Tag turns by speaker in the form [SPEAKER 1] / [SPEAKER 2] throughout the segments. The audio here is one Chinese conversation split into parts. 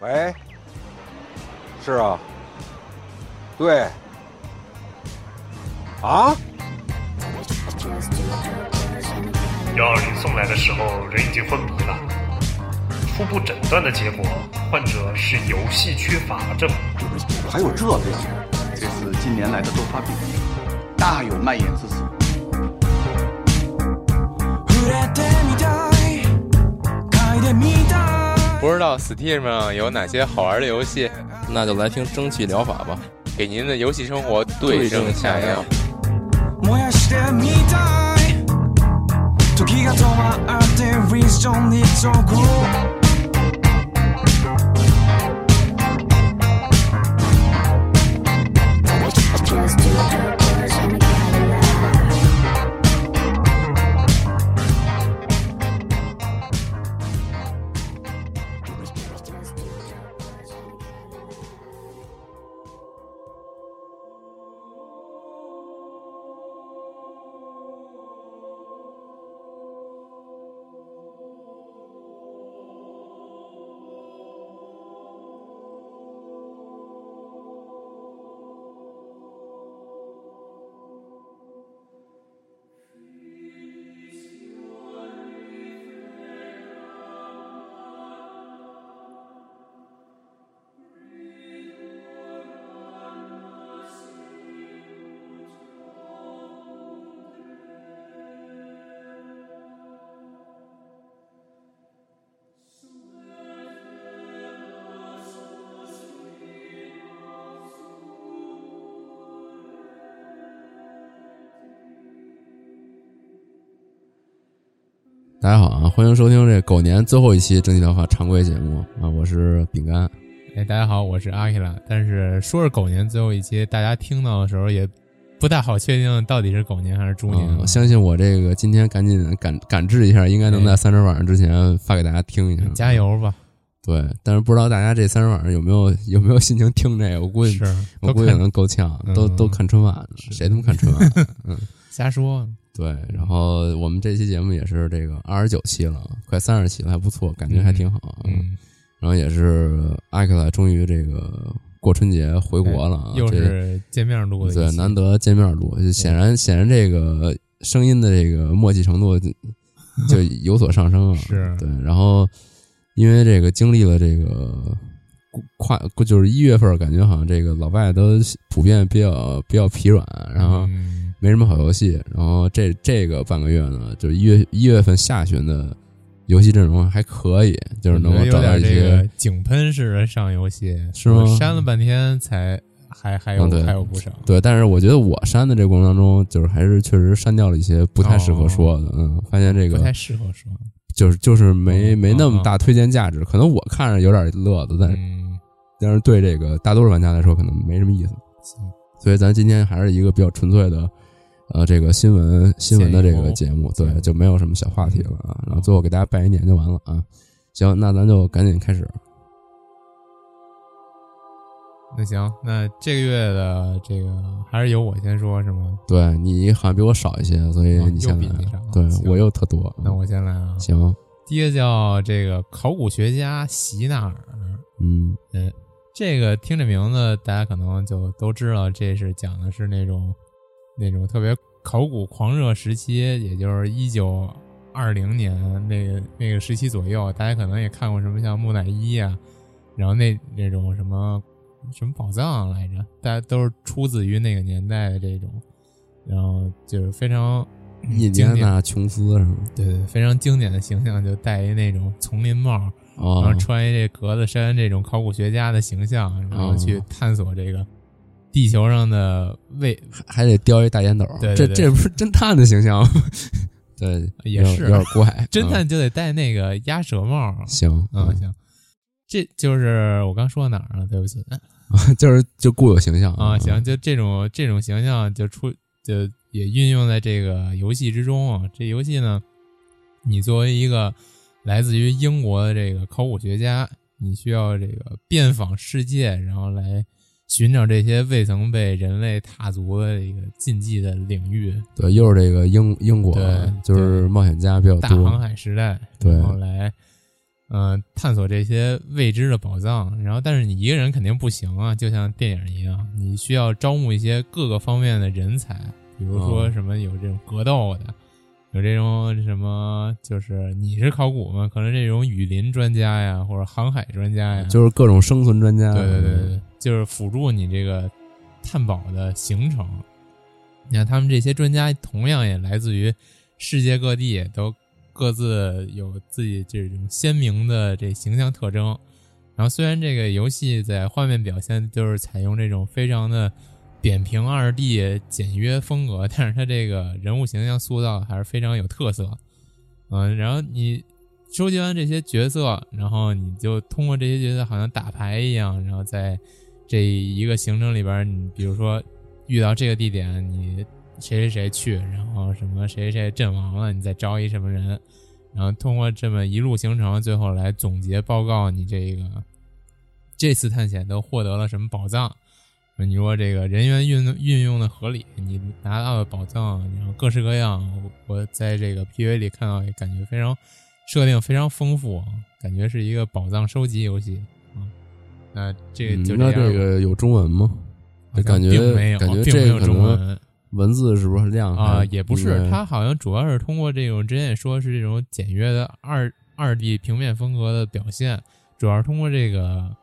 [SPEAKER 1] 喂，是啊，对，啊，
[SPEAKER 2] 幺二零送来的时候，人已经昏迷了。初步诊断的结果，患者是游戏缺乏症。
[SPEAKER 3] 还有这病，这是近年来的多发病，大有蔓延之势。
[SPEAKER 4] 不知道 Steam 上有哪些好玩的游戏，
[SPEAKER 5] 那就来听蒸汽疗法吧。
[SPEAKER 4] 给您的游戏生活对症下药。
[SPEAKER 5] 大家好啊，欢迎收听这狗年最后一期蒸汽疗法常规节目啊，我是饼干。
[SPEAKER 6] 哎，大家好，我是阿克拉。但是说是狗年最后一期，大家听到的时候也不太好确定到底是狗年还是猪年
[SPEAKER 5] 啊
[SPEAKER 6] 啊、
[SPEAKER 5] 我相信我这个今天赶紧赶赶制一下，应该能在
[SPEAKER 6] 哎
[SPEAKER 5] 三十晚上之前发给大家听一下。
[SPEAKER 6] 加！油吧！
[SPEAKER 5] 对，但是不知道大家这三十晚上有没有 有没有心情听这个？我估计
[SPEAKER 6] 是，
[SPEAKER 5] 我
[SPEAKER 6] 都
[SPEAKER 5] 估计可
[SPEAKER 6] 看
[SPEAKER 5] 能够呛，
[SPEAKER 6] 嗯
[SPEAKER 5] 都都看春晚了，谁他妈看春晚？
[SPEAKER 6] 瞎说。啊
[SPEAKER 5] 对，然后我们这期节目也是这个二十九期了，快三十期了，还不错，感觉还挺好。啊
[SPEAKER 6] 嗯，
[SPEAKER 5] 然后也是艾克拉终于这个过春节回国了啊，
[SPEAKER 6] 哎又
[SPEAKER 5] 这
[SPEAKER 6] 是见面录的一
[SPEAKER 5] 对
[SPEAKER 6] 期，
[SPEAKER 5] 难得见面录，就显然显然这个声音的这个默契程度 就就有所上升啊。
[SPEAKER 6] 是
[SPEAKER 5] 对，然后因为这个经历了这个跨，就是一月份，感觉好像这个老外都普遍比较比较疲软，然后。
[SPEAKER 6] 嗯
[SPEAKER 5] 没什么好游戏。然后这这个半个月呢，就是一月一月份下旬的游戏阵容还可以，就是能够
[SPEAKER 6] 有
[SPEAKER 5] 找到
[SPEAKER 6] 点
[SPEAKER 5] 一
[SPEAKER 6] 这
[SPEAKER 5] 些。
[SPEAKER 6] 个井喷式的上游戏，
[SPEAKER 5] 是吗
[SPEAKER 6] 我删了半天才还还有
[SPEAKER 5] 嗯对
[SPEAKER 6] 还有不少。
[SPEAKER 5] 对，但是我觉得我删的这过程当中，就是还是确实删掉了一些不太适合说的，嗯，发现这
[SPEAKER 6] 哦不
[SPEAKER 5] 个
[SPEAKER 6] 太适合说，
[SPEAKER 5] 就是就是没
[SPEAKER 6] 嗯
[SPEAKER 5] 没那么
[SPEAKER 6] 嗯
[SPEAKER 5] 大推荐价值，可能我看着有点乐子，但是
[SPEAKER 6] 嗯，
[SPEAKER 5] 但是对这个大多数玩家来说可能没什么意思，所以咱今天还是一个比较纯粹的，呃，这个新闻新闻的这个节目，
[SPEAKER 6] 闲
[SPEAKER 5] 对
[SPEAKER 6] 游，
[SPEAKER 5] 就没有什么小话题了啊。然后最后给大家拜一年就完了啊。行，那咱就赶紧开始。
[SPEAKER 6] 那行，那这个月的这个还是由我先说，是吗？
[SPEAKER 5] 对你好像比我少一些，所以
[SPEAKER 6] 啊
[SPEAKER 5] 你先
[SPEAKER 6] 又比
[SPEAKER 5] 来
[SPEAKER 6] 你少。
[SPEAKER 5] 对
[SPEAKER 6] 行
[SPEAKER 5] 我又特多。
[SPEAKER 6] 那我先来啊。
[SPEAKER 5] 嗯行，
[SPEAKER 6] 第一个叫这个考古学家席纳尔，
[SPEAKER 5] 嗯
[SPEAKER 6] 这个听这名字大家可能就都知道，这是讲的是那种那种特别考古狂热时期，也就是一九二零年那个那个时期左右，大家可能也看过什么像木乃伊啊，然后那那种什么什么宝藏来着，大家都是出自于那个年代的这种，然后就是非常
[SPEAKER 5] 印第
[SPEAKER 6] 嗯经
[SPEAKER 5] 安
[SPEAKER 6] 典，
[SPEAKER 5] 纳琼斯是吗？
[SPEAKER 6] 对对，对非常经典的形象，就戴一那种丛林帽，然
[SPEAKER 5] 哦
[SPEAKER 6] 后，穿一这格子衫这种考古学家的形象，然
[SPEAKER 5] 哦
[SPEAKER 6] 后去探索这个地球上的未
[SPEAKER 5] 还得叼一大烟斗，
[SPEAKER 6] 对
[SPEAKER 5] 这
[SPEAKER 6] 对对
[SPEAKER 5] 这不是侦探的形 象吗？对，
[SPEAKER 6] 也
[SPEAKER 5] 有点
[SPEAKER 6] 是
[SPEAKER 5] 有点怪。 嗯
[SPEAKER 6] 侦探就得戴那个鸭舌帽。
[SPEAKER 5] 行，啊
[SPEAKER 6] 嗯，行，这就是我刚说到哪儿了？对不起
[SPEAKER 5] 就是就固有形象
[SPEAKER 6] 啊，行，就这种这种形象就出就也运用在这个游戏之中啊。这游戏呢，你作为一个来自于英国的这个考古学家，你需要这个遍访世界，然后来寻找这些未曾被人类踏足的这个禁忌的领域，
[SPEAKER 5] 对，又是这个英英国啊
[SPEAKER 6] 对，
[SPEAKER 5] 就是冒险家比较
[SPEAKER 6] 大航
[SPEAKER 5] 多，
[SPEAKER 6] 海时代，
[SPEAKER 5] 对
[SPEAKER 6] 然后来呃，探索这些未知的宝藏。然后，但是你一个人肯定不行啊，就像电影一样，你需要招募一些各个方面的人才，比如说
[SPEAKER 5] 哦
[SPEAKER 6] 什么有这种格斗的，有这种什么就是你是考古嘛，可能这种雨林专家呀，或者航海专家呀，
[SPEAKER 5] 就是嗯各种生存专家。
[SPEAKER 6] 啊对对对对，就是辅助你这个探宝的行程。你看，他们这些专家同样也来自于世界各地，都各自有自己这种鲜明的这形象特征。然后，虽然这个游戏在画面表现就是采用这种非常的扁平二 D 简约风格，但是它这个人物形象塑造还是非常有特色。嗯，然后你收集完这些角色，然后你就通过这些角色好像打牌一样，然后在这一个行程里边儿，你比如说遇到这个地点，你谁谁谁去，然后什么谁谁谁阵亡了，你再招一什么人，然后通过这么一路行程，最后来总结报告你这个这次探险都获得了什么宝藏。你说这个人员运运用的合理，你拿到的宝藏，然后各式各样，我我在这个 PV 里看到，也感觉非常设定非常丰富啊，感觉是一个宝藏收集游戏啊、那这
[SPEAKER 5] 嗯
[SPEAKER 6] 个就
[SPEAKER 5] 那
[SPEAKER 6] 样吧
[SPEAKER 5] 这个有中文吗？
[SPEAKER 6] 好像
[SPEAKER 5] 感觉
[SPEAKER 6] 并没有，
[SPEAKER 5] 感觉
[SPEAKER 6] 并没
[SPEAKER 5] 这
[SPEAKER 6] 有
[SPEAKER 5] 个可
[SPEAKER 6] 中文
[SPEAKER 5] 能文字是不是量
[SPEAKER 6] 啊
[SPEAKER 5] 还，
[SPEAKER 6] 也不是，
[SPEAKER 5] 应该
[SPEAKER 6] 它好像主要是通过这种之前也说是这种简约的二二 D 平面风格的表现，主要是通过这个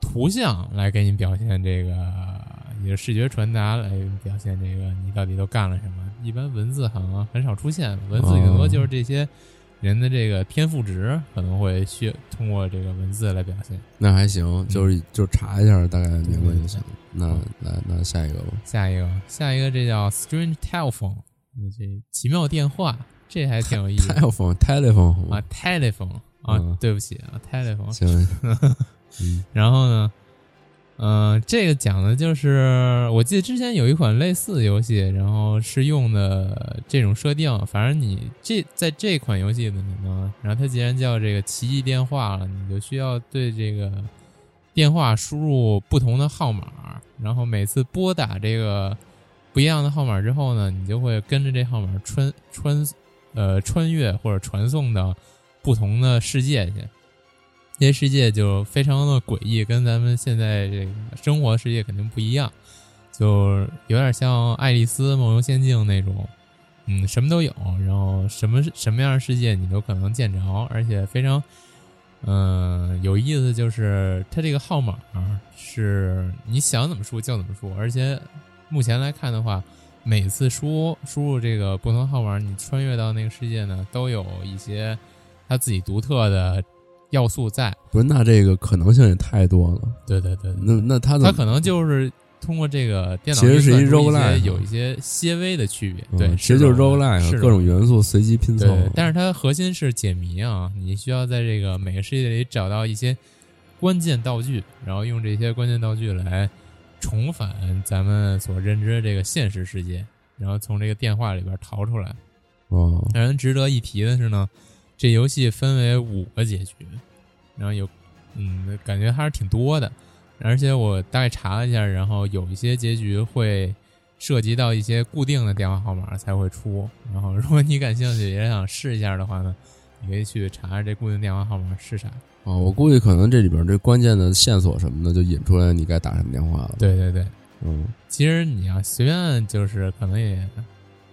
[SPEAKER 6] 图像来给你表现这个，也是视觉传达来表现这个你到底都干了什么。一般文字好像很少出现，文字顶多
[SPEAKER 5] 哦
[SPEAKER 6] 就是这些人的这个天赋值可能会需通过这个文字来表现。
[SPEAKER 5] 那还行，
[SPEAKER 6] 嗯
[SPEAKER 5] 就是就查一下大概明白就行。那来那下一个吧，
[SPEAKER 6] 下一个，下一个这叫 Strange Telephone，嗯这奇妙电话，这还挺有意思的。
[SPEAKER 5] telephone telephone 好
[SPEAKER 6] 啊
[SPEAKER 5] 吗？
[SPEAKER 6] ，telephone 啊，
[SPEAKER 5] 嗯
[SPEAKER 6] 对不起啊，telephone。
[SPEAKER 5] 行，
[SPEAKER 6] 然后呢，嗯、这个讲的就是，我记得之前有一款类似的游戏，然后是用的这种设定。反正你这在这款游戏里呢，然后它既然叫这个奇异电话了，你就需要对这个电话输入不同的号码，然后每次拨打这个不一样的号码之后呢，你就会跟着这号码穿穿呃穿越或者传送到不同的世界去。这些世界就非常的诡异，跟咱们现在这个生活世界肯定不一样，就有点像《爱丽丝梦游仙境》那种，嗯，什么都有，然后什么什么样的世界你都可能见着，而且非常，嗯、有意思就是它这个号码嗯是你想怎么输就怎么输，而且目前来看的话，每次输输入这个不同号码，你穿越到那个世界呢，都有一些它自己独特的要素在。
[SPEAKER 5] 不是那这个可能性也太多了。
[SPEAKER 6] 对对对，
[SPEAKER 5] 那那他怎
[SPEAKER 6] 它
[SPEAKER 5] 么
[SPEAKER 6] 可能就是通过这个电脑
[SPEAKER 5] 其实是一
[SPEAKER 6] 运算出
[SPEAKER 5] roguelike
[SPEAKER 6] 些有一些些微的区别。
[SPEAKER 5] 嗯
[SPEAKER 6] 对，
[SPEAKER 5] 其实就是
[SPEAKER 6] roguelike，
[SPEAKER 5] roguelike
[SPEAKER 6] 是
[SPEAKER 5] 各种
[SPEAKER 6] roguelike
[SPEAKER 5] 元素随机拼凑
[SPEAKER 6] 对，但是它核心是解谜啊，你需要在这个每个世界里找到一些关键道具，然后用这些关键道具来重返咱们所认知的这个现实世界，然后从这个电话里边逃出来。
[SPEAKER 5] 哦，
[SPEAKER 6] 让人值得一提的是呢，这游戏分为五个结局，然后有，嗯，感觉还是挺多的。而且我大概查了一下，然后有一些结局会涉及到一些固定的电话号码才会出。然后，如果你感兴趣也想试一下的话呢，你可以去查查这固定电话号码是啥。
[SPEAKER 5] 啊，我估计可能这里边这关键的线索什么的，就引出来你该打什么电话了。，
[SPEAKER 6] 对对对，
[SPEAKER 5] 嗯，
[SPEAKER 6] 其实你要随便按就是可能也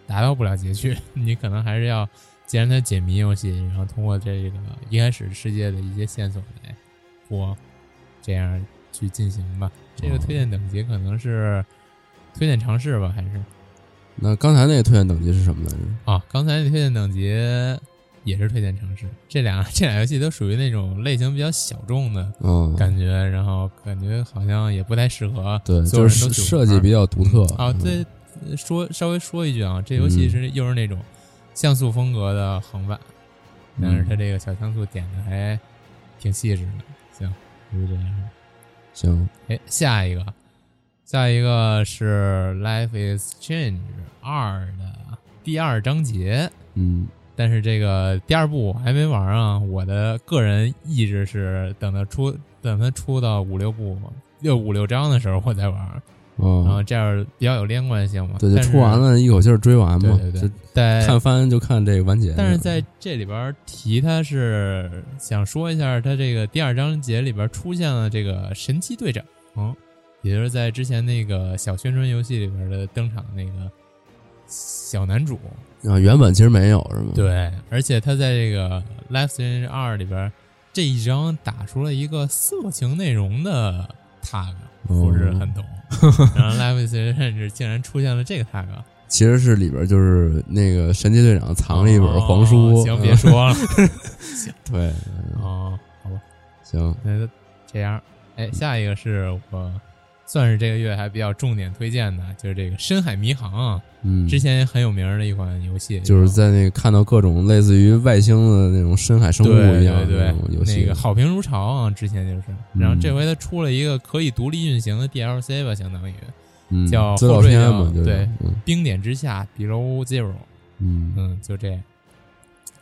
[SPEAKER 6] 达到不了结局， 你可能还是要，既然它解谜游戏，然后通过这个一开始世界的一些线索来播，这样去进行吧。这个推荐等级可能是推荐尝试吧，还是
[SPEAKER 5] 那刚才那个推荐等级是什么来着？
[SPEAKER 6] 啊？刚才那推荐等级也是推荐尝试，这俩 这俩游戏都属于那种类型比较小众的
[SPEAKER 5] 嗯，
[SPEAKER 6] 感觉，然后感觉好像也不太适合
[SPEAKER 5] 对，
[SPEAKER 6] 所有
[SPEAKER 5] 就
[SPEAKER 6] 人都
[SPEAKER 5] 是
[SPEAKER 6] 去
[SPEAKER 5] 设
[SPEAKER 6] 玩
[SPEAKER 5] 计比较独特
[SPEAKER 6] 啊，
[SPEAKER 5] 嗯
[SPEAKER 6] 对，呃说稍微说一句啊，这游戏是又是那种像素风格的横版，
[SPEAKER 5] 嗯
[SPEAKER 6] 但是它这个小像素点的还挺细致的。行，就是这样。
[SPEAKER 5] 行，
[SPEAKER 6] 哎，下一个，下一个是《Life is Change 二》的第二章节，
[SPEAKER 5] 嗯，
[SPEAKER 6] 但是这个第二部我还没玩啊。我的个人意志是等它出，等它出到五六部六五六章的时候我再玩。然后
[SPEAKER 5] 嗯，
[SPEAKER 6] 这样比较有连贯性嘛。
[SPEAKER 5] 对，就
[SPEAKER 6] 但是
[SPEAKER 5] 出完了一口气儿追完嘛，
[SPEAKER 6] 对对
[SPEAKER 5] 就
[SPEAKER 6] 对，在
[SPEAKER 5] 看番就看这个完结。
[SPEAKER 6] 但是在这里边儿提，他是想说一下，他这个第二章节里边儿出现了这个神奇队长，
[SPEAKER 5] 哦
[SPEAKER 6] 也就是在之前那个小宣传游戏里边儿的登场的那个小男主。
[SPEAKER 5] 啊，原本其实没有是吗？，
[SPEAKER 6] 对，而且他在这个《Life Strange 二》里边儿这一章打出了一个色情内容的 tag，不是
[SPEAKER 5] 哦
[SPEAKER 6] 很懂。 然后《Life Strange》竟然出现了这个 tag，
[SPEAKER 5] 其实是里边就是那个神奇队长藏了一本黄
[SPEAKER 6] 哦
[SPEAKER 5] 书。
[SPEAKER 6] 行，
[SPEAKER 5] 嗯
[SPEAKER 6] 别说了。
[SPEAKER 5] 对，
[SPEAKER 6] 哦，好吧。
[SPEAKER 5] 行，
[SPEAKER 6] 那这样，哎，下一个是我算是这个月还比较重点推荐的，就是这个《深海迷航》啊，
[SPEAKER 5] 嗯，
[SPEAKER 6] 之前很有名儿的一款游戏，
[SPEAKER 5] 就是在那个看到各种类似于外星的那种深海生物
[SPEAKER 6] 对
[SPEAKER 5] 一样的
[SPEAKER 6] 对对
[SPEAKER 5] 那种游，戏，嗯
[SPEAKER 6] 那个好评如潮啊，之前就是，然后这回它出了一个可以独立运行的 DLC 吧，相当于《
[SPEAKER 5] 嗯
[SPEAKER 6] 叫
[SPEAKER 5] 资料
[SPEAKER 6] 后缀
[SPEAKER 5] 片
[SPEAKER 6] 叫
[SPEAKER 5] 嘛，就是
[SPEAKER 6] 对
[SPEAKER 5] 嗯
[SPEAKER 6] 冰点之下 Below Zero》，
[SPEAKER 5] 嗯
[SPEAKER 6] 嗯，就这样。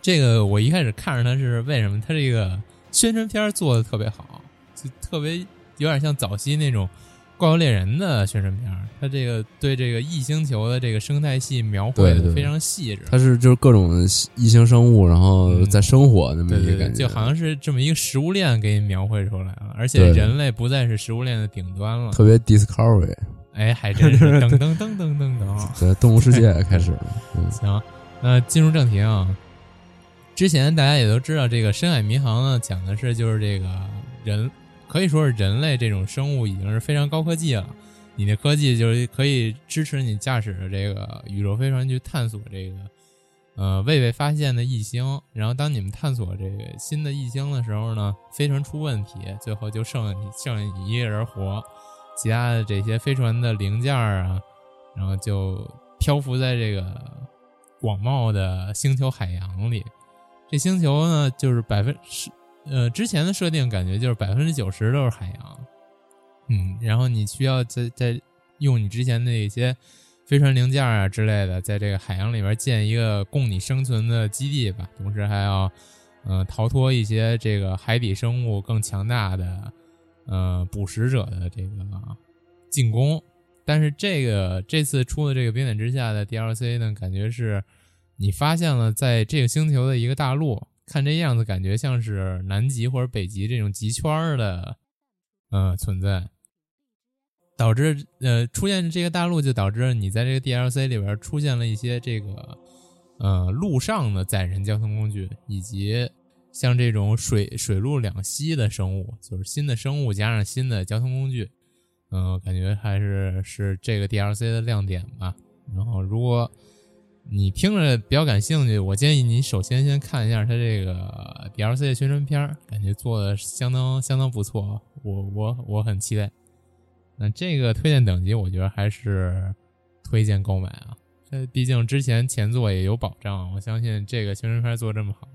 [SPEAKER 6] 这个我一开始看着它是为什么？它这个宣传片儿做的特别好，就特别有点像早期那种《怪物猎人》的宣传片儿。它这个对这个异星球的这个生态系描绘
[SPEAKER 5] 对
[SPEAKER 6] 的
[SPEAKER 5] 对
[SPEAKER 6] 非常细致，
[SPEAKER 5] 它是就是各种异星生物，然后在生活那么
[SPEAKER 6] 对
[SPEAKER 5] 一
[SPEAKER 6] 嗯对
[SPEAKER 5] 个
[SPEAKER 6] 对，
[SPEAKER 5] 感觉，
[SPEAKER 6] 就好像是这么一个食物链给你描绘出来了，而且
[SPEAKER 5] 对
[SPEAKER 6] 人类不再是食物链的顶端了。
[SPEAKER 5] 特别 Discovery，
[SPEAKER 6] 哎，还真是噔噔噔噔噔哦 噔。
[SPEAKER 5] 对，动物世界开 始了，嗯
[SPEAKER 6] 行，那啊进入正题啊。之前大家也都知道，这个《深海迷航》呢，讲的是就是这个人可以说是人类这种生物已经是非常高科技了，你的科技就是可以支持你驾驶这个宇宙飞船去探索这个呃未被发现的异星。然后当你们探索这个新的异星的时候呢，飞船出问题，最后就剩你剩你一个人活，其他的这些飞船的零件儿啊，然后就漂浮在这个广袤的星球海洋里。这星球呢，就是百分是呃之前的设定感觉就是百分之九十都是海洋，嗯，然后你需要在在用你之前的一些飞船零件啊之类的，在这个海洋里边建一个供你生存的基地吧，同时还要嗯、呃逃脱一些这个海底生物更强大的呃捕食者的这个啊进攻。但是这个这次出的这个冰点之下的 DLC 呢，感觉是你发现了在这个星球的一个大陆，看这样子感觉像是南极或者北极这种极圈儿的呃存在，导致呃出现这个大陆就导致你在这个 DLC 里边儿出现了一些这个呃陆上的载人交通工具，以及像这种水水陆两栖的生物，就是新的生物加上新的交通工具，嗯、感觉还是是这个 DLC 的亮点吧。然后，如果你听着比较感兴趣，我建议你首先先看一下它这个 DLC 的宣传片儿，感觉做的相当相当不错，啊我我我很期待。那这个推荐等级，我觉得还是推荐购买啊。这毕竟之前前作也有保障，我相信这个宣传片做这么好，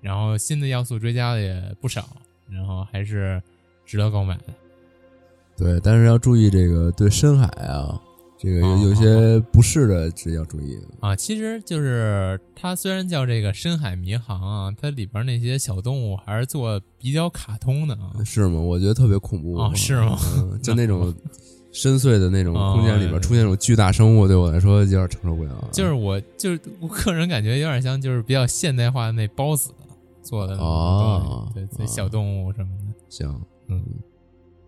[SPEAKER 6] 然后新的要素追加的也不少，然后还是值得购买的。
[SPEAKER 5] 对，但是要注意这个对深海啊，这个有有些不适的是要注意的，
[SPEAKER 6] 啊，其实就是它虽然叫这个深海迷航啊，它里边那些小动物还是做比较卡通的 啊。
[SPEAKER 5] 是吗？我觉得特别恐怖
[SPEAKER 6] 哦是吗
[SPEAKER 5] 嗯就那种深邃的那种空间里
[SPEAKER 6] 哦
[SPEAKER 5] 边出现那种巨大生物，对我来说有点承受不了，啊
[SPEAKER 6] 就是我就是我个人感觉有点像就是比较现代化的那包子做的那种
[SPEAKER 5] 哦
[SPEAKER 6] 东西对，这
[SPEAKER 5] 哦
[SPEAKER 6] 小动物什么的。
[SPEAKER 5] 行，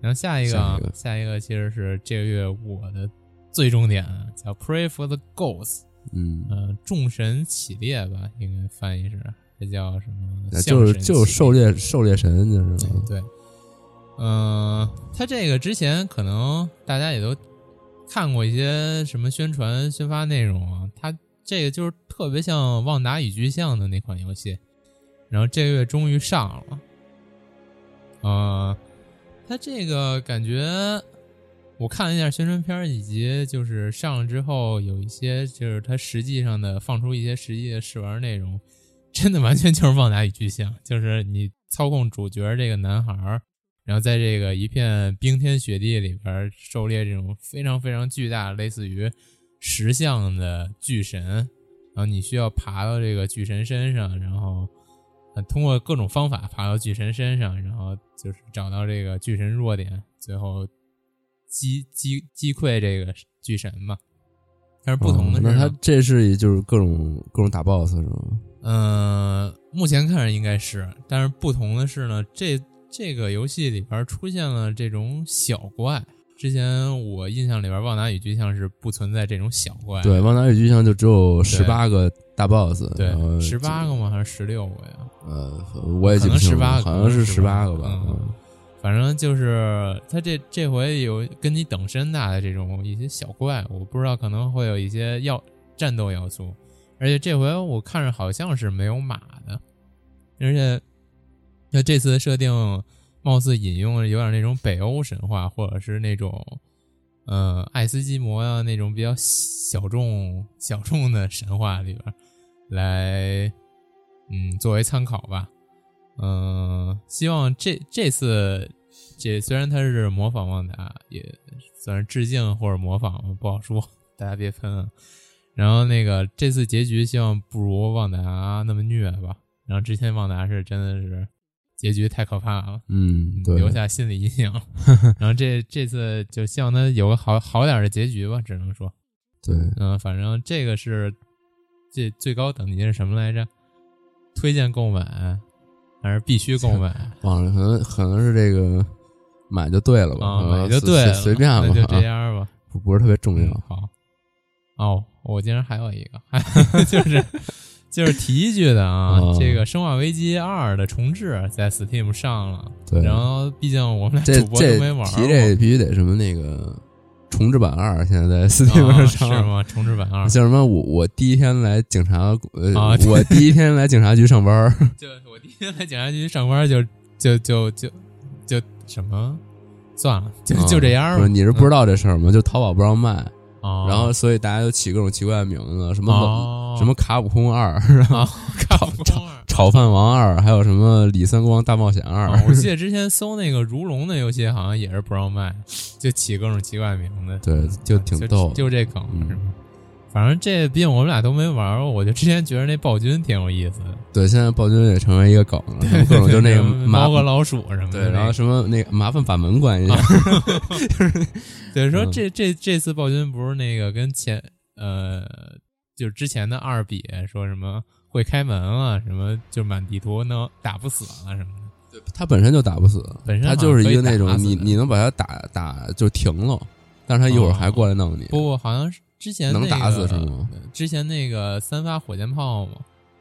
[SPEAKER 6] 然后下一个啊
[SPEAKER 5] 下一，个
[SPEAKER 6] 下一个其实是这个月我的最重点啊，叫 Pray for the Ghosts。
[SPEAKER 5] 嗯。
[SPEAKER 6] 呃，众神起猎吧，应该翻译是，这叫什么？
[SPEAKER 5] 就是
[SPEAKER 6] 象神
[SPEAKER 5] 就是
[SPEAKER 6] 起
[SPEAKER 5] 狩猎狩猎神，就是
[SPEAKER 6] 哎对，嗯、他这个之前可能大家也都看过一些什么宣传宣发内容啊，他这个就是特别像《旺达与巨像》的那款游戏，然后这个月终于上了，呃，他这个感觉。我看了一下宣传片儿，以及就是上了之后有一些就是它实际上的放出一些实际的试玩内容，真的完全就是旺达与巨像，就是你操控主角这个男孩儿，然后在这个一片冰天雪地里边儿狩猎这种非常非常巨大，类似于石像的巨神，然后你需要爬到这个巨神身上，然后呃通过各种方法爬到巨神身上，然后就是找到这个巨神弱点，最后击击击溃这个巨神嘛。但是不同的
[SPEAKER 5] 哦
[SPEAKER 6] 是
[SPEAKER 5] 那
[SPEAKER 6] 呢，
[SPEAKER 5] 他这是也就是各种各种打 BOSS 是吗？
[SPEAKER 6] 嗯，目前看着应该是，但是不同的是呢，这这个游戏里边出现了这种小怪。之前我印象里边，旺达与巨像是不存在这种小怪，
[SPEAKER 5] 对，旺达与巨像就只有十八个大 BOS，然后
[SPEAKER 6] 对，
[SPEAKER 5] 就
[SPEAKER 6] 十八个吗？还是十六个呀？
[SPEAKER 5] 呃，我也记
[SPEAKER 6] 可
[SPEAKER 5] 不
[SPEAKER 6] 能
[SPEAKER 5] 清
[SPEAKER 6] 十
[SPEAKER 5] 了，
[SPEAKER 6] 八，
[SPEAKER 5] 好像是
[SPEAKER 6] 十
[SPEAKER 5] 十八个吧。
[SPEAKER 6] 嗯，反正就是他这这回有跟你等身大的这种一些小怪，我不知道可能会有一些要战斗要素，而且这回我看着好像是没有马的，而且那这次的设定貌似引用了有点那种北欧神话，或者是那种。呃，爱斯基摩呀、那种比较小众、小众的神话里边，来，嗯，作为参考吧。嗯、希望这这次这虽然它是模仿旺达，也算是致敬或者模仿，不好说，大家别喷啊。然后那个这次结局希望不如旺达那么虐吧。然后之前旺达是真的是结局太可怕了，
[SPEAKER 5] 嗯，对，
[SPEAKER 6] 留下心理 阴影。然后这这次就希望它有个好好点儿的结局吧，只能说，
[SPEAKER 5] 对，
[SPEAKER 6] 嗯、反正这个是这最高等级是什么来着？推荐购买还是必须购 买啊
[SPEAKER 5] 忘了，可能可能是这个买就对了吧，
[SPEAKER 6] 啊？
[SPEAKER 5] 呃
[SPEAKER 6] 买就
[SPEAKER 5] 随
[SPEAKER 6] 对了，
[SPEAKER 5] 随随便吧，
[SPEAKER 6] 那就这
[SPEAKER 5] 啊，
[SPEAKER 6] 样吧。
[SPEAKER 5] 不不是特别重要
[SPEAKER 6] 嗯，。好。哦，我竟然还有一个，就是 就是提一句的啊，
[SPEAKER 5] 哦
[SPEAKER 6] 这个《生化危机二》的重置在 Steam 上了，
[SPEAKER 5] 对
[SPEAKER 6] 然后毕竟我们俩
[SPEAKER 5] 这
[SPEAKER 6] 主播
[SPEAKER 5] 这
[SPEAKER 6] 都没玩
[SPEAKER 5] 提
[SPEAKER 6] 过
[SPEAKER 5] 这必须得什么那个重置版二，现在在 Steam
[SPEAKER 6] 啊
[SPEAKER 5] 上
[SPEAKER 6] 是
[SPEAKER 5] 上
[SPEAKER 6] 吗？重置版二，
[SPEAKER 5] 像什么我我第一天来警察，呃，
[SPEAKER 6] 啊对
[SPEAKER 5] 我第一天来警察局上班儿，
[SPEAKER 6] 就我第一天来警察局上班就就就就就什么，算了， 就、就这样
[SPEAKER 5] 嗯不
[SPEAKER 6] 吧。
[SPEAKER 5] 是你是不知道这事儿吗？就淘宝不让卖，
[SPEAKER 6] 啊，
[SPEAKER 5] 然后所以大家就起各种奇怪的名字，什么冷、
[SPEAKER 6] 哦
[SPEAKER 5] 什么卡普空二，然后
[SPEAKER 6] 啊，看不啊光 二。
[SPEAKER 5] 炒饭王二，还有什么李三光大冒险二，
[SPEAKER 6] 啊我记得之前搜那个如龙的游戏，好像也是不让卖，就起各种奇怪名字。
[SPEAKER 5] 对，就挺逗的
[SPEAKER 6] 就，这梗、
[SPEAKER 5] 嗯
[SPEAKER 6] 是吗？反正这毕竟我们俩都没玩过，我就之前觉得那暴君挺有意思的，
[SPEAKER 5] 对，现在暴君也成为一个梗了，什么各种就那个麻
[SPEAKER 6] 猫和老啊鼠什么的那
[SPEAKER 5] 对，
[SPEAKER 6] 个。
[SPEAKER 5] 然后什么那个麻烦把门关一下，
[SPEAKER 6] 对，说
[SPEAKER 5] 嗯
[SPEAKER 6] 这这这次暴君不是那个跟前呃，就是之前的二比说什么会开门了，什么就满地图能打不死了什么
[SPEAKER 5] 嗯
[SPEAKER 6] 的。
[SPEAKER 5] 他本身就打不死，
[SPEAKER 6] 本身
[SPEAKER 5] 他
[SPEAKER 6] 好像
[SPEAKER 5] 就是一个那
[SPEAKER 6] 可以
[SPEAKER 5] 种
[SPEAKER 6] 打死
[SPEAKER 5] 你
[SPEAKER 6] 的
[SPEAKER 5] 你能把他打打就停了，但是他一会儿还过来弄你，
[SPEAKER 6] 哦不不，好像是之前、那
[SPEAKER 5] 能
[SPEAKER 6] 个、
[SPEAKER 5] 打死是吗？
[SPEAKER 6] 之前那个三发火箭炮嘛，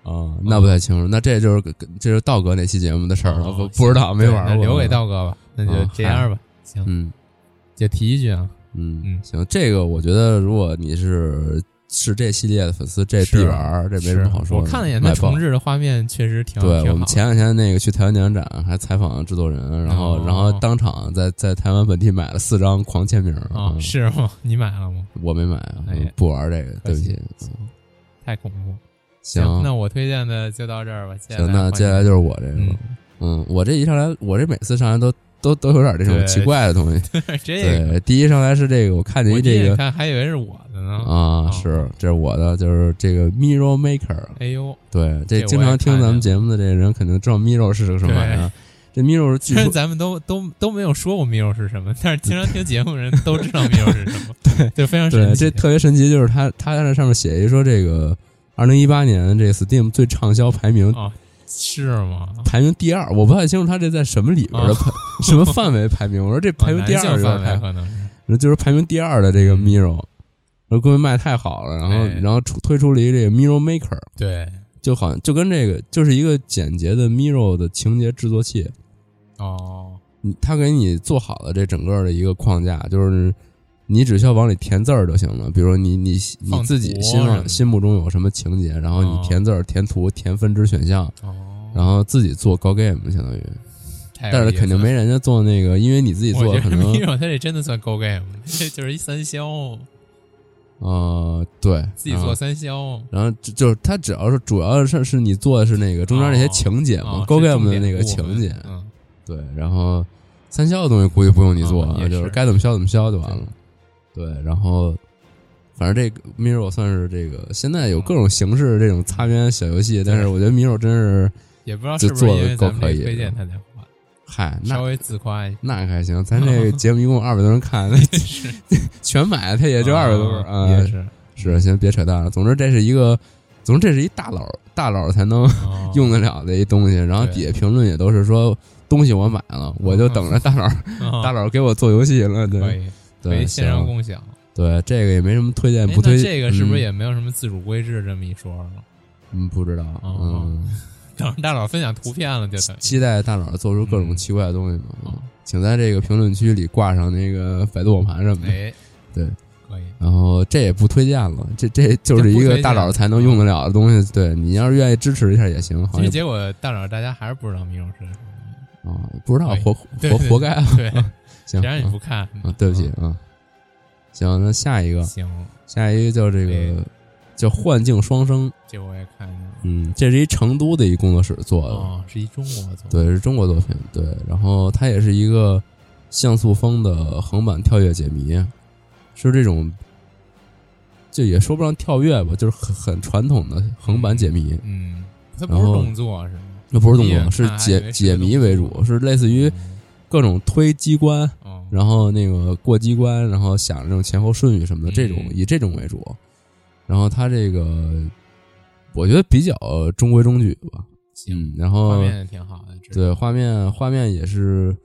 [SPEAKER 5] 啊，那不太清楚，那这就是跟这就是道哥那期节目的事儿了，
[SPEAKER 6] 哦
[SPEAKER 5] 不
[SPEAKER 6] 行
[SPEAKER 5] 不知道没
[SPEAKER 6] 对
[SPEAKER 5] 玩
[SPEAKER 6] 那
[SPEAKER 5] 过，
[SPEAKER 6] 留给道哥吧。那就
[SPEAKER 5] 嗯
[SPEAKER 6] 这样吧，行，
[SPEAKER 5] 嗯
[SPEAKER 6] 就提一句啊，
[SPEAKER 5] 嗯
[SPEAKER 6] 嗯
[SPEAKER 5] 行，这个我觉得如果你是是这系列的粉丝，这
[SPEAKER 6] 是
[SPEAKER 5] 必玩儿，这没什
[SPEAKER 6] 是
[SPEAKER 5] 么好说的。
[SPEAKER 6] 我看了一眼
[SPEAKER 5] 卖
[SPEAKER 6] 他
[SPEAKER 5] 爆
[SPEAKER 6] 重置的画面，确实挺
[SPEAKER 5] 对
[SPEAKER 6] 挺
[SPEAKER 5] 我们
[SPEAKER 6] 好
[SPEAKER 5] 前两天那个去台湾电影展还采访了制作人，然后、
[SPEAKER 6] 哦
[SPEAKER 5] 然后当场在在台湾本地买了四张狂签名
[SPEAKER 6] 的啊、
[SPEAKER 5] 嗯
[SPEAKER 6] 是吗？你买了吗？
[SPEAKER 5] 我没买啊，
[SPEAKER 6] 哎呀
[SPEAKER 5] 不玩这个，
[SPEAKER 6] 可
[SPEAKER 5] 对不
[SPEAKER 6] 惜
[SPEAKER 5] 起。嗯
[SPEAKER 6] 太恐怖。
[SPEAKER 5] 行，
[SPEAKER 6] 那我推荐的就到这儿吧。接下
[SPEAKER 5] 行，那
[SPEAKER 6] 换
[SPEAKER 5] 接下
[SPEAKER 6] 你
[SPEAKER 5] 来就是我这个，
[SPEAKER 6] 嗯
[SPEAKER 5] 嗯我这一上来，我这每次上来都都都有点这种
[SPEAKER 6] 对
[SPEAKER 5] 奇怪的东西。
[SPEAKER 6] 这个，
[SPEAKER 5] 对，第一上来是这个，我看见
[SPEAKER 6] 我
[SPEAKER 5] 一
[SPEAKER 6] 第一
[SPEAKER 5] 这
[SPEAKER 6] 眼
[SPEAKER 5] 个
[SPEAKER 6] 看还以为是我的呢。
[SPEAKER 5] 啊，
[SPEAKER 6] 哦
[SPEAKER 5] 是这是我的，就是这个 Mirror Maker。
[SPEAKER 6] 哎呦，
[SPEAKER 5] 对，
[SPEAKER 6] 这
[SPEAKER 5] 这
[SPEAKER 6] 我
[SPEAKER 5] 经
[SPEAKER 6] 也
[SPEAKER 5] 常听
[SPEAKER 6] 看
[SPEAKER 5] 咱
[SPEAKER 6] 见
[SPEAKER 5] 们节目的这个人肯定知道 Mirror 是个什么玩意儿。这 Mirror
[SPEAKER 6] 其
[SPEAKER 5] 据
[SPEAKER 6] 实
[SPEAKER 5] 说
[SPEAKER 6] 咱们都都都没有说过 Miro 是什么， 但是经常听节目的人都知道 Miro 是什么，对，就非常
[SPEAKER 5] 对，
[SPEAKER 6] 神奇
[SPEAKER 5] 这。特别神奇，就是他他在那上面写一说这个二零一八年这个 Steam 最畅销排名、
[SPEAKER 6] 啊，是吗？
[SPEAKER 5] 排名第二，我不太清楚他这在什么里边的、
[SPEAKER 6] 啊
[SPEAKER 5] 排什么范围排名。我说这排名第
[SPEAKER 6] 啊
[SPEAKER 5] 二
[SPEAKER 6] 男
[SPEAKER 5] 有
[SPEAKER 6] 性
[SPEAKER 5] 点
[SPEAKER 6] 范
[SPEAKER 5] 太
[SPEAKER 6] 围，可能是
[SPEAKER 5] 就是排名第二的这个 Miro，我说估计卖太好了，然后、
[SPEAKER 6] 哎
[SPEAKER 5] 然后出推出了一个这个 Miro Maker，
[SPEAKER 6] 对
[SPEAKER 5] 就好像就跟这个就是一个简洁的 Miro 的情节制作器，
[SPEAKER 6] 哦，
[SPEAKER 5] 你嗯他给你做好了这整个的一个框架，就是你只需要往里填字儿就行了。比如你你你
[SPEAKER 6] 放
[SPEAKER 5] 自己
[SPEAKER 6] 图啊
[SPEAKER 5] 心
[SPEAKER 6] 什么
[SPEAKER 5] 往
[SPEAKER 6] 的
[SPEAKER 5] 心目中有什么情节，然后
[SPEAKER 6] 哦
[SPEAKER 5] 你填字儿、填图、填分支选项，
[SPEAKER 6] 哦，
[SPEAKER 5] 然后自己做高 game 相当于。
[SPEAKER 6] 太有
[SPEAKER 5] 但是
[SPEAKER 6] 意思
[SPEAKER 5] 肯定
[SPEAKER 6] 了
[SPEAKER 5] 没人家做那个，因为你自己做
[SPEAKER 6] 哎我
[SPEAKER 5] 的
[SPEAKER 6] 觉
[SPEAKER 5] 可
[SPEAKER 6] 得
[SPEAKER 5] 能
[SPEAKER 6] Miro 他这真的算 Go Game，这 就是一三消，
[SPEAKER 5] 呃对
[SPEAKER 6] 自己
[SPEAKER 5] 然后
[SPEAKER 6] 做三消。
[SPEAKER 5] 然后就就是他只要是主要是是你做的是那个中间那些情节嘛
[SPEAKER 6] 啊，
[SPEAKER 5] 高
[SPEAKER 6] 是
[SPEAKER 5] game
[SPEAKER 6] 重
[SPEAKER 5] 的
[SPEAKER 6] 点
[SPEAKER 5] 那个
[SPEAKER 6] 部分
[SPEAKER 5] 情节，
[SPEAKER 6] 嗯，
[SPEAKER 5] 对，然后三消的东西估计不用你做，
[SPEAKER 6] 啊也
[SPEAKER 5] 就是
[SPEAKER 6] 是
[SPEAKER 5] 该怎么消怎么消就完了。对，然后反正这个 Miro 算是这个现在有各种形式这种擦边小游戏，但是我觉得 Miro 真是
[SPEAKER 6] 也不知道是不
[SPEAKER 5] 就是做得
[SPEAKER 6] 因为咱
[SPEAKER 5] 够
[SPEAKER 6] 们
[SPEAKER 5] 可
[SPEAKER 6] 这
[SPEAKER 5] 以
[SPEAKER 6] 推荐
[SPEAKER 5] 了
[SPEAKER 6] 他才换
[SPEAKER 5] 嗨，
[SPEAKER 6] 稍
[SPEAKER 5] 那
[SPEAKER 6] 微自夸一下。
[SPEAKER 5] 那还行，咱这个节目一共二百多人看， 那 全买了他 也就二百多人啊。
[SPEAKER 6] 嗯也是
[SPEAKER 5] 是，行，别扯淡了。总之，这是一个，总之这是一大佬大佬才能
[SPEAKER 6] 哦
[SPEAKER 5] 用得了的一东西。然后
[SPEAKER 6] 对
[SPEAKER 5] 底下评论也都是说东西我买了，我就等着大佬
[SPEAKER 6] 哦哎
[SPEAKER 5] 大佬给我做游戏了。
[SPEAKER 6] 嗯
[SPEAKER 5] 对
[SPEAKER 6] 可以可以
[SPEAKER 5] 对，
[SPEAKER 6] 线上
[SPEAKER 5] 行，
[SPEAKER 6] 共享。
[SPEAKER 5] 对这个也没什么推荐
[SPEAKER 6] 哎
[SPEAKER 5] 不推
[SPEAKER 6] 那，这个是不是
[SPEAKER 5] 嗯
[SPEAKER 6] 也没有什么自主规制这么一说了？
[SPEAKER 5] 嗯不知道？
[SPEAKER 6] 哦
[SPEAKER 5] 嗯，
[SPEAKER 6] 等着大佬分享图片了，就 等于
[SPEAKER 5] 期待大佬做出各种
[SPEAKER 6] 嗯
[SPEAKER 5] 奇怪的东西嘛。
[SPEAKER 6] 哦
[SPEAKER 5] 嗯请在这个评论区里挂上那个百度网盘什么的。
[SPEAKER 6] 哎，
[SPEAKER 5] 对，
[SPEAKER 6] 可以。
[SPEAKER 5] 然后这也不推荐了，这这就是一
[SPEAKER 6] 这不推
[SPEAKER 5] 个
[SPEAKER 6] 荐
[SPEAKER 5] 大佬才能用得了的东西。对你要是愿意支持一下也行，好
[SPEAKER 6] 其
[SPEAKER 5] 像
[SPEAKER 6] 实
[SPEAKER 5] 也
[SPEAKER 6] 结果大佬大家还是不知道迷种是什么，
[SPEAKER 5] 啊，不知道
[SPEAKER 6] 对
[SPEAKER 5] 活
[SPEAKER 6] 哎对
[SPEAKER 5] 活活该啊！
[SPEAKER 6] 对，
[SPEAKER 5] 行，
[SPEAKER 6] 谁让你嗯不
[SPEAKER 5] 啊，
[SPEAKER 6] 看？
[SPEAKER 5] 啊对不起啊。行，那下一个
[SPEAKER 6] 嗯，，行，
[SPEAKER 5] 下一个叫这个
[SPEAKER 6] 哎
[SPEAKER 5] 叫幻境双生，
[SPEAKER 6] 这我也看见了。
[SPEAKER 5] 嗯，这是一成都的一工作室做的，
[SPEAKER 6] 哦，是一中国做的，
[SPEAKER 5] 对，是中国作品，对，然后它也是一个像素风的横版跳跃解谜，是这种，就也说不上跳跃吧，就是很很传统的横版解谜，
[SPEAKER 6] 嗯，它不
[SPEAKER 5] 然
[SPEAKER 6] 是
[SPEAKER 5] 后
[SPEAKER 6] 动作是吗？
[SPEAKER 5] 那不是动
[SPEAKER 6] 第一
[SPEAKER 5] 作，
[SPEAKER 6] 眼
[SPEAKER 5] 是
[SPEAKER 6] 看还以
[SPEAKER 5] 解
[SPEAKER 6] 啊为是
[SPEAKER 5] 解
[SPEAKER 6] 个
[SPEAKER 5] 谜
[SPEAKER 6] 动
[SPEAKER 5] 为
[SPEAKER 6] 作
[SPEAKER 5] 主，是类似于
[SPEAKER 6] 嗯
[SPEAKER 5] 各种推机关。
[SPEAKER 6] 哦，
[SPEAKER 5] 然后那个过机关，然后想这种前后顺序什么的，
[SPEAKER 6] 嗯
[SPEAKER 5] 这种以这种为主。然后它这个，我觉得比较中规中矩吧。嗯，然
[SPEAKER 6] 画
[SPEAKER 5] 后
[SPEAKER 6] 面也挺好的，这
[SPEAKER 5] 对画面，画面也是，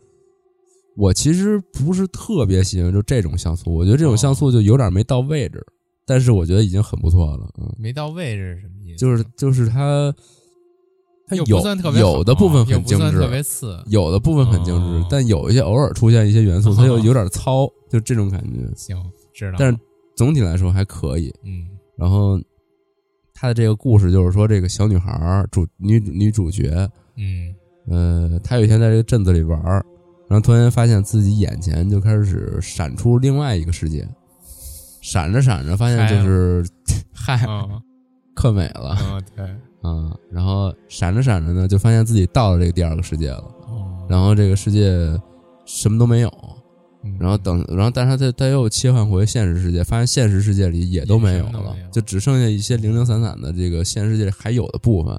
[SPEAKER 5] 我其实不是特别喜欢就这种像素，我觉得这种
[SPEAKER 6] 哦
[SPEAKER 5] 像素就有点没到位置，但是我觉得已经很不错了。嗯，
[SPEAKER 6] 没到位是什么意思？
[SPEAKER 5] 就是就是它，它
[SPEAKER 6] 又
[SPEAKER 5] 有
[SPEAKER 6] 不算特别好
[SPEAKER 5] 有的部分
[SPEAKER 6] 又
[SPEAKER 5] 很
[SPEAKER 6] 不
[SPEAKER 5] 精
[SPEAKER 6] 算
[SPEAKER 5] 致，
[SPEAKER 6] 特别次，
[SPEAKER 5] 有的部分很精致，
[SPEAKER 6] 哦
[SPEAKER 5] 但有一些偶尔出现一些元素，它又有点糙，就这种感觉。
[SPEAKER 6] 行，知道了。
[SPEAKER 5] 但是总体来说还可以。
[SPEAKER 6] 嗯，
[SPEAKER 5] 然后它的这个故事就是说，这个小女孩儿主女女主角，
[SPEAKER 6] 嗯
[SPEAKER 5] 呃，她有一天在这个镇子里玩儿，然后突然发现自己眼前就开始闪出另外一个世界，闪着闪着发现就
[SPEAKER 6] 嗨了
[SPEAKER 5] 是嗨
[SPEAKER 6] 嗯
[SPEAKER 5] 克美了
[SPEAKER 6] 嗯，对，
[SPEAKER 5] 啊、然后闪着闪着呢，就发现自己到了这个第二个世界了。
[SPEAKER 6] 哦，
[SPEAKER 5] 然后这个世界什么都没有，
[SPEAKER 6] 嗯
[SPEAKER 5] 然后等，然后但是他他他又切换回现实世界，发现现实世界里也都没有
[SPEAKER 6] 也什么都
[SPEAKER 5] 了
[SPEAKER 6] 没有，
[SPEAKER 5] 就只剩下一些零零散散的这个现实世界里还有的部分。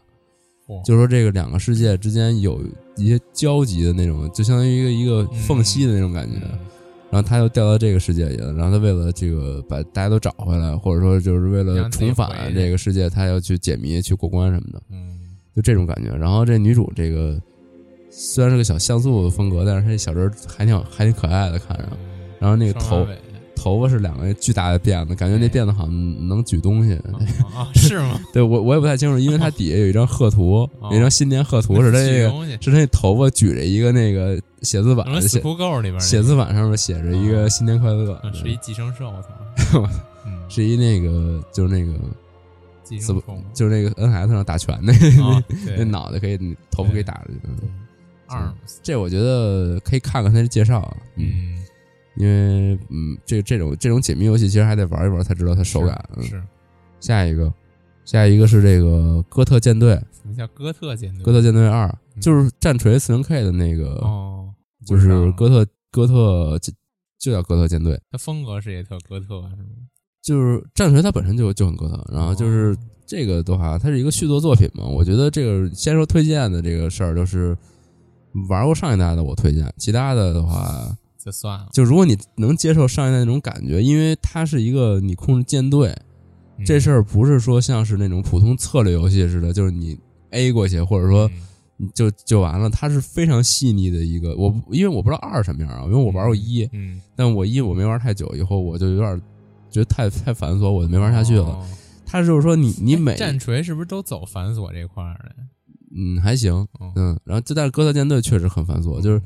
[SPEAKER 6] 嚯
[SPEAKER 5] 就是说这个两个世界之间有一些交集的那种，就相当于一个一个缝隙的那种感觉。
[SPEAKER 6] 嗯
[SPEAKER 5] 然后他又掉到这个世界里了，然后他为了这个把大家都找回来，或者说就是为了
[SPEAKER 6] 让自己
[SPEAKER 5] 重
[SPEAKER 6] 回
[SPEAKER 5] 返
[SPEAKER 6] 去
[SPEAKER 5] 这个世界，他要去解谜、去过关什么的。
[SPEAKER 6] 嗯
[SPEAKER 5] 就这种感觉。然后这女主这个虽然是个小像素风格，但是她这小人儿还挺还挺可爱的，看着。
[SPEAKER 6] 嗯
[SPEAKER 5] 然后那个
[SPEAKER 6] 双马
[SPEAKER 5] 头
[SPEAKER 6] 尾
[SPEAKER 5] 头发是两个巨大的辫子，感觉那
[SPEAKER 6] 哎
[SPEAKER 5] 辫子好像能举东西。
[SPEAKER 6] 哦啊 是吗？
[SPEAKER 5] 对我我也不太清楚，因为它底下有一张贺图，
[SPEAKER 6] 哦
[SPEAKER 5] 有一张新年贺图是它这
[SPEAKER 6] 举
[SPEAKER 5] 个
[SPEAKER 6] 东西
[SPEAKER 5] 是它那头发举着一个那个写字
[SPEAKER 6] 什么
[SPEAKER 5] 板
[SPEAKER 6] 嗯死
[SPEAKER 5] 写。
[SPEAKER 6] 酷狗里边那个
[SPEAKER 5] 写字板上面写着一个“新年快乐
[SPEAKER 6] 嗯”，是一寄生兽，我操， 嗯，
[SPEAKER 5] 是一那个就是那个
[SPEAKER 6] 寄
[SPEAKER 5] 死
[SPEAKER 6] 生虫，
[SPEAKER 5] 就是那个 NS 上打拳那
[SPEAKER 6] 啊
[SPEAKER 5] 那
[SPEAKER 6] 对
[SPEAKER 5] 脑袋可以头发可以打出去。嗯
[SPEAKER 6] 对 arms，
[SPEAKER 5] 这我觉得可以看看他的介绍啊，，
[SPEAKER 6] 嗯，
[SPEAKER 5] 因为嗯，这这种这种解谜游戏其实还得玩一玩才知道它手感。嗯
[SPEAKER 6] 是
[SPEAKER 5] 下一个，下一个是这个《哥特舰队》，《
[SPEAKER 6] 什么叫哥特舰队？
[SPEAKER 5] 哥特舰队二》
[SPEAKER 6] 嗯
[SPEAKER 5] 就是战锤四零 K 的那个，
[SPEAKER 6] 哦，
[SPEAKER 5] 就
[SPEAKER 6] 不知
[SPEAKER 5] 是
[SPEAKER 6] 道
[SPEAKER 5] 哥特哥特就就叫哥特舰队，
[SPEAKER 6] 它风格是也特哥特，啊是吗？
[SPEAKER 5] 就是战锤它本身就就很哥特，然后就是
[SPEAKER 6] 哦
[SPEAKER 5] 这个的话，它是一个续作作品嘛，我觉得这个先说推荐的这个事儿，就是玩过上一代的我推荐，其他的的话。
[SPEAKER 6] 就算了，
[SPEAKER 5] 就如果你能接受上一代那种感觉，因为它是一个你控制舰队，
[SPEAKER 6] 嗯
[SPEAKER 5] 这事儿不是说像是那种普通策略游戏似的，就是你 A 过去或者说
[SPEAKER 6] 嗯
[SPEAKER 5] 你就就完了。它是非常细腻的一个，我不因为我不知道二什么样啊，因为我玩过一，
[SPEAKER 6] 嗯，
[SPEAKER 5] 但我一我没玩太久，以后我就有点觉得太太繁琐，我就没玩下去了。
[SPEAKER 6] 哦。
[SPEAKER 5] 它就是说你你
[SPEAKER 6] 哎
[SPEAKER 5] 每
[SPEAKER 6] 战锤是不是都走繁琐这块儿的？
[SPEAKER 5] 嗯还行
[SPEAKER 6] 哦
[SPEAKER 5] 嗯，然后就但是哥特舰队确实很繁
[SPEAKER 6] 嗯
[SPEAKER 5] 琐，就是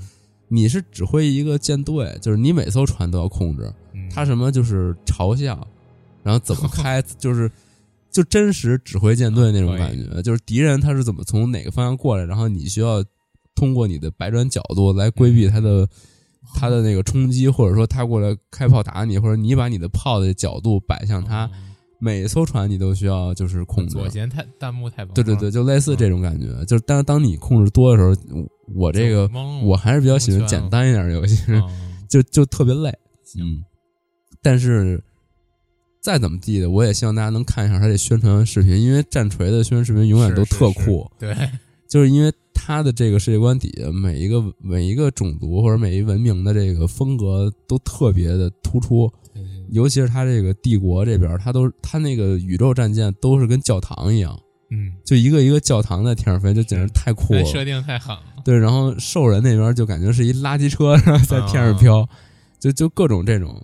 [SPEAKER 5] 你是指挥一个舰队，就是你每艘船都要控制。
[SPEAKER 6] 嗯
[SPEAKER 5] 他什么就是朝向，然后怎么 开，就是就真实指挥舰队那种感觉，就是敌人他是怎么从哪个方向过来，然后你需要通过你的百转角度来规
[SPEAKER 6] 嗯
[SPEAKER 5] 避他的、他的那个冲击，或者说他过来开炮打你，或者你把你的炮的角度摆向他。
[SPEAKER 6] 哦
[SPEAKER 5] 每艘船你都需要就是控制，
[SPEAKER 6] 左舷太弹幕太
[SPEAKER 5] 对对对，，就类似这种感觉。就是当当你控制多的时候，我我这个
[SPEAKER 6] 就懵了
[SPEAKER 5] 我还是比较喜欢
[SPEAKER 6] 蒙圈了
[SPEAKER 5] 简单一点的游戏。
[SPEAKER 6] 哦
[SPEAKER 5] 就就特别累。嗯，但是再怎么地的，我也希望大家能看一下他这宣传视频，因为战锤的宣传视频永远都特酷，
[SPEAKER 6] 是是是对，
[SPEAKER 5] 就是因为他的这个世界观底下，每一个每一个种族或者每一文明的这个风格都特别的突出，尤其是他这个帝国这边，他都他那个宇宙战舰都是跟教堂一样，
[SPEAKER 6] 嗯，
[SPEAKER 5] 就一个一个教堂在天上飞，就简直太酷
[SPEAKER 6] 那
[SPEAKER 5] 了。
[SPEAKER 6] 设定太狠了，
[SPEAKER 5] 对，然后兽人那边就感觉是一垃圾车然后在天上
[SPEAKER 6] 哦
[SPEAKER 5] 飘，就就各种这种，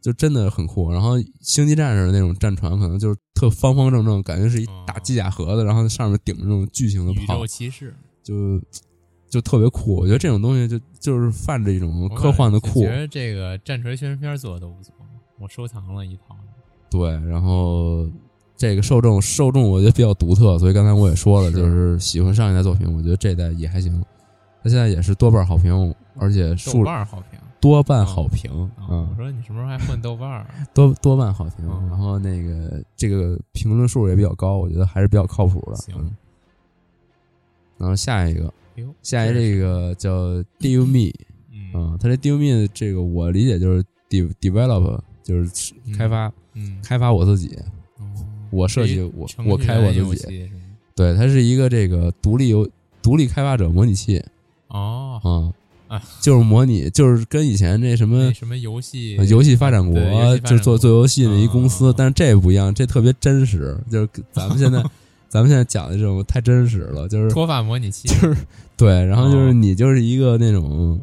[SPEAKER 5] 就真的很酷。然后星际战士的那种战船，可能就是特方方正正，感觉是一大机甲盒子，然后上面顶着那种巨型的
[SPEAKER 6] 宇
[SPEAKER 5] 炮
[SPEAKER 6] 宙，骑士，
[SPEAKER 5] 就就特别酷。我觉得这种东西就就是泛着一种
[SPEAKER 6] 我
[SPEAKER 5] 科幻的酷
[SPEAKER 6] 觉，得这个战锤宣传片做的都不错，我收藏了一套。
[SPEAKER 5] 对。然后这个受众受众我觉得比较独特，所以刚才我也说了，
[SPEAKER 6] 是
[SPEAKER 5] 就是喜欢上一代作品，我觉得这一代也还行。它现在也是多半好评，而且
[SPEAKER 6] 豆
[SPEAKER 5] 数
[SPEAKER 6] 瓣儿好评
[SPEAKER 5] 多半好评
[SPEAKER 6] 啊！
[SPEAKER 5] 嗯
[SPEAKER 6] 我说你什么时候还混豆瓣儿？啊
[SPEAKER 5] 多多半好评
[SPEAKER 6] 嗯，
[SPEAKER 5] 然后那个这个评论数也比较高，我觉得还是比较靠谱的。
[SPEAKER 6] 行
[SPEAKER 5] 嗯，然后下一个，
[SPEAKER 6] 哎呦，
[SPEAKER 5] 下一个这个叫 Deal Me
[SPEAKER 6] 嗯
[SPEAKER 5] 啊、它这 Deal Me 这个我理解就是 de develop 就是
[SPEAKER 6] 嗯
[SPEAKER 5] 开发、
[SPEAKER 6] 嗯，
[SPEAKER 5] 开发我自己，
[SPEAKER 6] 哦
[SPEAKER 5] 我设计
[SPEAKER 6] 这
[SPEAKER 5] 我
[SPEAKER 6] 程序
[SPEAKER 5] 我开我
[SPEAKER 6] 员游
[SPEAKER 5] 自己，
[SPEAKER 6] 戏是吗
[SPEAKER 5] 对，它是一个这个独立游独立开发者模拟器
[SPEAKER 6] 哦，
[SPEAKER 5] 啊、
[SPEAKER 6] 啊
[SPEAKER 5] 就是模拟就是跟以前那什么
[SPEAKER 6] 那。什么游戏
[SPEAKER 5] 嗯呃游戏发展国
[SPEAKER 6] 对游戏发展
[SPEAKER 5] 就是做
[SPEAKER 6] 国
[SPEAKER 5] 做游戏的一公
[SPEAKER 6] 啊啊
[SPEAKER 5] 司
[SPEAKER 6] 啊，
[SPEAKER 5] 但是这不一样，这特别真实，就是跟咱们现 在咱们现在讲的这种太真实了，就是
[SPEAKER 6] 脱发模拟器，
[SPEAKER 5] 对，然后就是
[SPEAKER 6] 哦
[SPEAKER 5] 你就是一个那种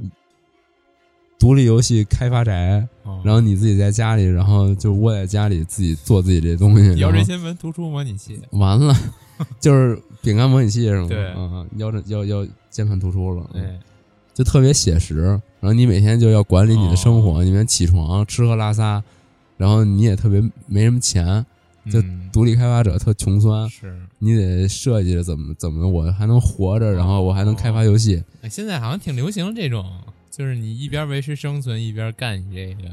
[SPEAKER 5] 独立游戏开发宅，
[SPEAKER 6] 哦
[SPEAKER 5] 然后你自己在家里，然后就窝在家里自己做自己这东西，
[SPEAKER 6] 摇
[SPEAKER 5] 然
[SPEAKER 6] 人
[SPEAKER 5] 后
[SPEAKER 6] 新闻突出模拟器，
[SPEAKER 5] 完 了就是饼干模拟器是吗？
[SPEAKER 6] 对
[SPEAKER 5] 啊，腰着腰腰键盘突出了，嗯
[SPEAKER 6] 对，
[SPEAKER 5] 就特别写实。然后你每天就要管理你的生活，
[SPEAKER 6] 哦
[SPEAKER 5] 你每天起床、吃喝拉撒，然后你也特别没什么钱，就
[SPEAKER 6] 嗯
[SPEAKER 5] 独立开发者特穷酸，
[SPEAKER 6] 是。
[SPEAKER 5] 你得设计着怎么怎么我还能活着，然后我还能开发游戏。
[SPEAKER 6] 哎现在好像挺流行这种，就是你一边维持生存，一边干你这个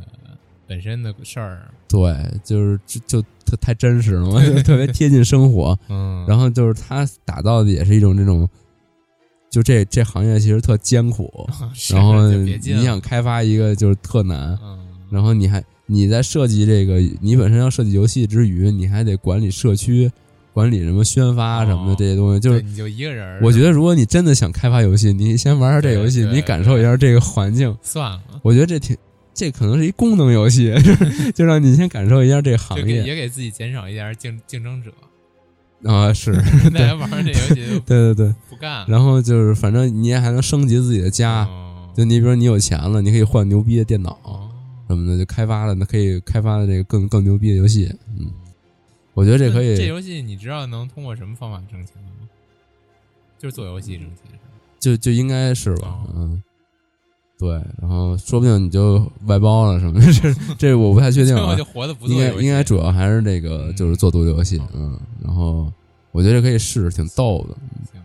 [SPEAKER 6] 本身的事儿。
[SPEAKER 5] 对，就是就就特太真实了嘛， 就特别贴近生活。
[SPEAKER 6] 嗯
[SPEAKER 5] 然后就是他打造的也是一种这种，就这这行业其实特艰苦，
[SPEAKER 6] 后
[SPEAKER 5] 然后
[SPEAKER 6] 哦啊就别进
[SPEAKER 5] 你想开发一个就是特难，
[SPEAKER 6] 嗯，
[SPEAKER 5] 然后你还你在设计这个，你本身要设计游戏之余，你还得管理社区、管理什么宣发什么的
[SPEAKER 6] 哦
[SPEAKER 5] 这些东西。就
[SPEAKER 6] 对
[SPEAKER 5] 是
[SPEAKER 6] 你就一个人儿，
[SPEAKER 5] 我觉得，如果你真的想开发游戏，你先玩玩这游戏，
[SPEAKER 6] 对对
[SPEAKER 5] 你感受一下这个环境。
[SPEAKER 6] 算了，
[SPEAKER 5] 我觉得这挺，这可能是一功能游戏， 就是就让你先感受一下这个行
[SPEAKER 6] 就给
[SPEAKER 5] 业
[SPEAKER 6] 也给自己减少一点竞竞争者。
[SPEAKER 5] 啊。是，
[SPEAKER 6] 大家玩儿这游戏就
[SPEAKER 5] 对对对。
[SPEAKER 6] 不干了。
[SPEAKER 5] 然后就是，反正你也还能升级自己的家。
[SPEAKER 6] 哦
[SPEAKER 5] 就你比如你有钱了，你可以换牛逼的电脑。
[SPEAKER 6] 哦，
[SPEAKER 5] 什么的，就开发了，那可以开发的这个更更牛逼的游戏。嗯，我觉得这可以，
[SPEAKER 6] 这游戏你知道能通过什么方法挣钱吗？就是做游戏挣钱是吧。
[SPEAKER 5] 就就应该是吧
[SPEAKER 6] 哦，
[SPEAKER 5] 嗯，对。然后说不定你就外包了什么的，这这我不太确定
[SPEAKER 6] 最后
[SPEAKER 5] 啊
[SPEAKER 6] 就。活的不
[SPEAKER 5] 应
[SPEAKER 6] 做
[SPEAKER 5] 该
[SPEAKER 6] 游戏
[SPEAKER 5] 应该主要还是这个
[SPEAKER 6] 嗯
[SPEAKER 5] 就是做独立游戏
[SPEAKER 6] 好，
[SPEAKER 5] 嗯。然后我觉得这可以试，挺逗的，
[SPEAKER 6] 行，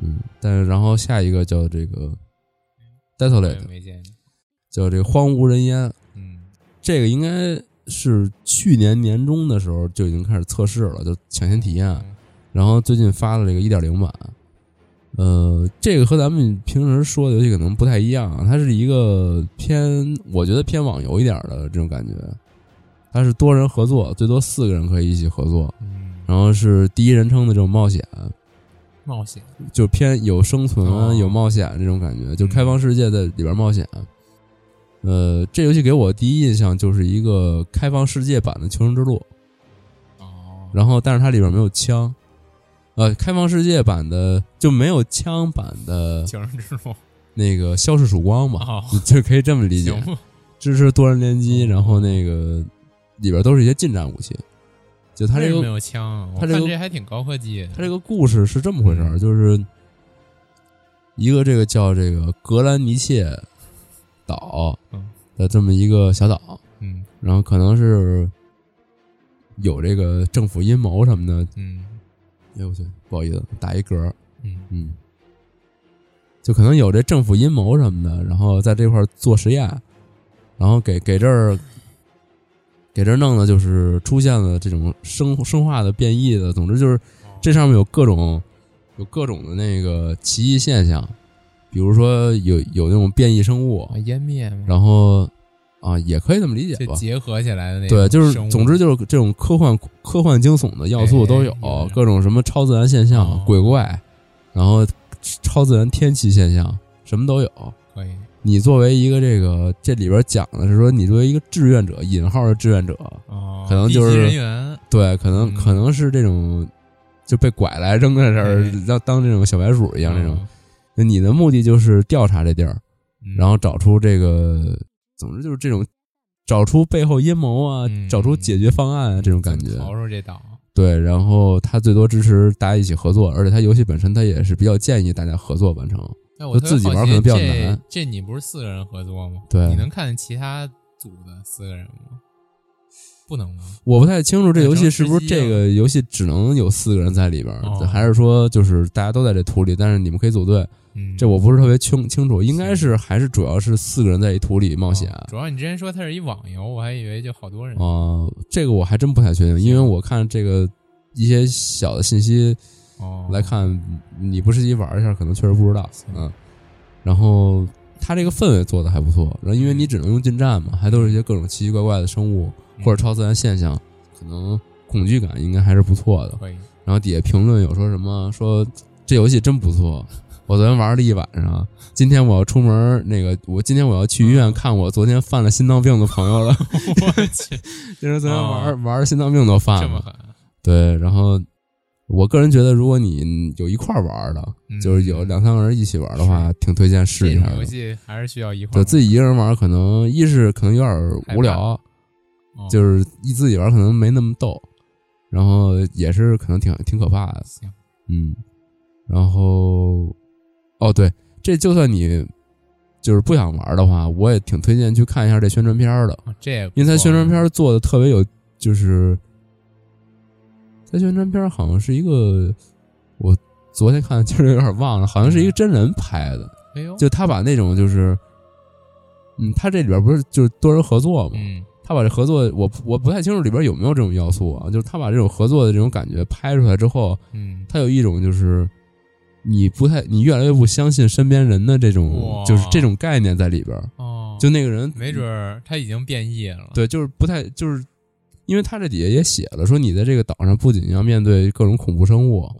[SPEAKER 5] 嗯。但是然后下一个叫这个
[SPEAKER 6] 我也
[SPEAKER 5] Desolate，
[SPEAKER 6] 嗯没见你。
[SPEAKER 5] 叫这个荒无人烟，
[SPEAKER 6] 嗯，
[SPEAKER 5] 这个应该是去年年中的时候就已经开始测试了，就抢先体验。然后最近发了这个一点零版，呃，这个和咱们平时说的游戏可能不太一样，它是一个偏我觉得偏网游一点的这种感觉，它是多人合作，最多四个人可以一起合作，
[SPEAKER 6] 嗯，
[SPEAKER 5] 然后是第一人称的这种冒险，
[SPEAKER 6] 冒险，
[SPEAKER 5] 就偏有生存、
[SPEAKER 6] 哦嗯
[SPEAKER 5] 有冒险这种感觉，就开放世界在里边冒险。呃，这游戏给我第一印象就是一个开放世界版的《求生之路》，
[SPEAKER 6] 哦，
[SPEAKER 5] 然后但是它里边没有枪，呃，开放世界版的就没有枪版的
[SPEAKER 6] 求生之路，
[SPEAKER 5] 那个消逝曙光嘛，
[SPEAKER 6] 哦，
[SPEAKER 5] 你就可以这么理解
[SPEAKER 6] 行，哦吧，
[SPEAKER 5] 支持多人联机，然后那个里边都是一些近战武器，就它
[SPEAKER 6] 为
[SPEAKER 5] 这
[SPEAKER 6] 什
[SPEAKER 5] 个
[SPEAKER 6] 么有枪啊，我
[SPEAKER 5] 他这个
[SPEAKER 6] 看这还挺高科技的，
[SPEAKER 5] 他这个故事是这么回事儿，就是一个这个叫这个格兰尼切岛
[SPEAKER 6] 嗯
[SPEAKER 5] 的这么一个小岛，
[SPEAKER 6] 嗯
[SPEAKER 5] 然后可能是有这个政府阴谋什么的。
[SPEAKER 6] 嗯
[SPEAKER 5] 哎呦我去，不好意思，打一嗝儿。
[SPEAKER 6] 嗯
[SPEAKER 5] 嗯，就可能有这政府阴谋什么的，然后在这块儿做实验，然后给给这儿给这儿弄的就是出现了这种生生化的变异的，总之就是这上面有各种有各种的那个奇异现象，比如说有有那种变异生物
[SPEAKER 6] 啊，湮灭嘛，
[SPEAKER 5] 然后啊也可以这么理解
[SPEAKER 6] 就
[SPEAKER 5] 吧。
[SPEAKER 6] 结合起来的那
[SPEAKER 5] 对，
[SPEAKER 6] 种
[SPEAKER 5] 就是
[SPEAKER 6] 生物
[SPEAKER 5] 总之就是这种科幻科幻惊悚的要素都有
[SPEAKER 6] 哎有，
[SPEAKER 5] 各种什么超自然现象
[SPEAKER 6] 哦、
[SPEAKER 5] 鬼怪，然后超自然天气现象什么都有。
[SPEAKER 6] 可以，
[SPEAKER 5] 你作为一个这个这里边讲的是说，你作为一个志愿者（引号的志愿者
[SPEAKER 6] 哦，
[SPEAKER 5] 可能就是
[SPEAKER 6] 地级人员，），
[SPEAKER 5] 对，可能、
[SPEAKER 6] 嗯
[SPEAKER 5] 可能是这种就被拐来扔在这儿
[SPEAKER 6] 哎，
[SPEAKER 5] 让当这种小白鼠一样这种。
[SPEAKER 6] 嗯，
[SPEAKER 5] 那你的目的就是调查这地儿，
[SPEAKER 6] 嗯
[SPEAKER 5] 然后找出这个，总之就是这种找出背后阴谋啊，
[SPEAKER 6] 嗯
[SPEAKER 5] 找出解决方案啊，这种感觉。
[SPEAKER 6] 逃出这啊岛，
[SPEAKER 5] 对，然后他最多支持大家一起合作，而且他游戏本身他也是比较建议大家合作完成。
[SPEAKER 6] 哎，我
[SPEAKER 5] 就
[SPEAKER 6] 特别
[SPEAKER 5] 自己玩
[SPEAKER 6] 好奇
[SPEAKER 5] 可能比较
[SPEAKER 6] 这
[SPEAKER 5] 难
[SPEAKER 6] 这你不是四个人合作吗？
[SPEAKER 5] 对
[SPEAKER 6] 你能看见其他组的四个人吗？不能吗？
[SPEAKER 5] 我不太清楚这游戏
[SPEAKER 6] 变成
[SPEAKER 5] 是不是
[SPEAKER 6] 吃鸡
[SPEAKER 5] 这个游戏只能有四个人在里边儿，
[SPEAKER 6] 哦
[SPEAKER 5] 还是说就是大家都在这图里，但是你们可以组队？
[SPEAKER 6] 嗯，
[SPEAKER 5] 这我不是特别清清楚，应该是还是主要是四个人在一图里
[SPEAKER 6] 哦
[SPEAKER 5] 冒险。
[SPEAKER 6] 主要你之前说它是一网游，我还以为就好多人。
[SPEAKER 5] 啊哦、这个我还真不太确定，因为我看这个一些小的信息
[SPEAKER 6] 哦，
[SPEAKER 5] 来看，你不实际玩一下，可能确实不知道。
[SPEAKER 6] 行
[SPEAKER 5] 嗯，然后它这个氛围做的还不错，然后因为你只能用近战嘛，还都是一些各种奇奇怪怪的生物
[SPEAKER 6] 嗯
[SPEAKER 5] 或者超自然现象，可能恐惧感应该还是不错的。
[SPEAKER 6] 可以，
[SPEAKER 5] 然后底下评论有说什么说这游戏真不错，我昨天玩了一晚上，今天我要出门那个，我今天我要去医院看我昨天犯了心脏病的朋友了。
[SPEAKER 6] 嗯 我 去，
[SPEAKER 5] 就是昨天
[SPEAKER 6] 哦
[SPEAKER 5] 玩、玩心脏病都犯
[SPEAKER 6] 这么
[SPEAKER 5] 了。
[SPEAKER 6] 狠，啊
[SPEAKER 5] 对，然后我个人觉得，如果你有一块儿玩的，
[SPEAKER 6] 嗯
[SPEAKER 5] 就是有两三个人一起玩的话，挺推荐试
[SPEAKER 6] 这
[SPEAKER 5] 一下
[SPEAKER 6] 种游
[SPEAKER 5] 的。
[SPEAKER 6] 戏还是需要一块
[SPEAKER 5] 就
[SPEAKER 6] 儿
[SPEAKER 5] 自己一个人玩，可能一是可能有点无
[SPEAKER 6] 哦
[SPEAKER 5] 聊，
[SPEAKER 6] 玩，
[SPEAKER 5] 就是是一自己玩可能没那么逗，然后也是可能挺挺可怕的。
[SPEAKER 6] 行，
[SPEAKER 5] 嗯，然后哦对，这就算你就是不想玩的话，我也挺推荐去看一下这宣传片儿的，
[SPEAKER 6] 哦这也不
[SPEAKER 5] 因为它
[SPEAKER 6] 错
[SPEAKER 5] 宣传片儿做的特别有，就是它宣传片儿好像是一个我昨天看，就是有点忘了，好像是一个
[SPEAKER 6] 嗯
[SPEAKER 5] 真人拍的，
[SPEAKER 6] 哎呦，
[SPEAKER 5] 就他把那种就是。嗯，他这里边不是就是多人合作嘛？
[SPEAKER 6] 嗯
[SPEAKER 5] 他把这合作，我我不太清楚里边有没有这种要素啊。就是他把这种合作的这种感觉拍出来之后，
[SPEAKER 6] 嗯，
[SPEAKER 5] 他有一种就是你不太，你越来越不相信身边人的这种
[SPEAKER 6] 哇，
[SPEAKER 5] 就是这种概念在里边儿。
[SPEAKER 6] 哦，
[SPEAKER 5] 就那个人
[SPEAKER 6] 没准儿他已经变异了，，
[SPEAKER 5] 对，就是不太，就是因为他这底下也写了，说你在这个岛上不仅要面对各种恐怖生物，
[SPEAKER 6] 哇，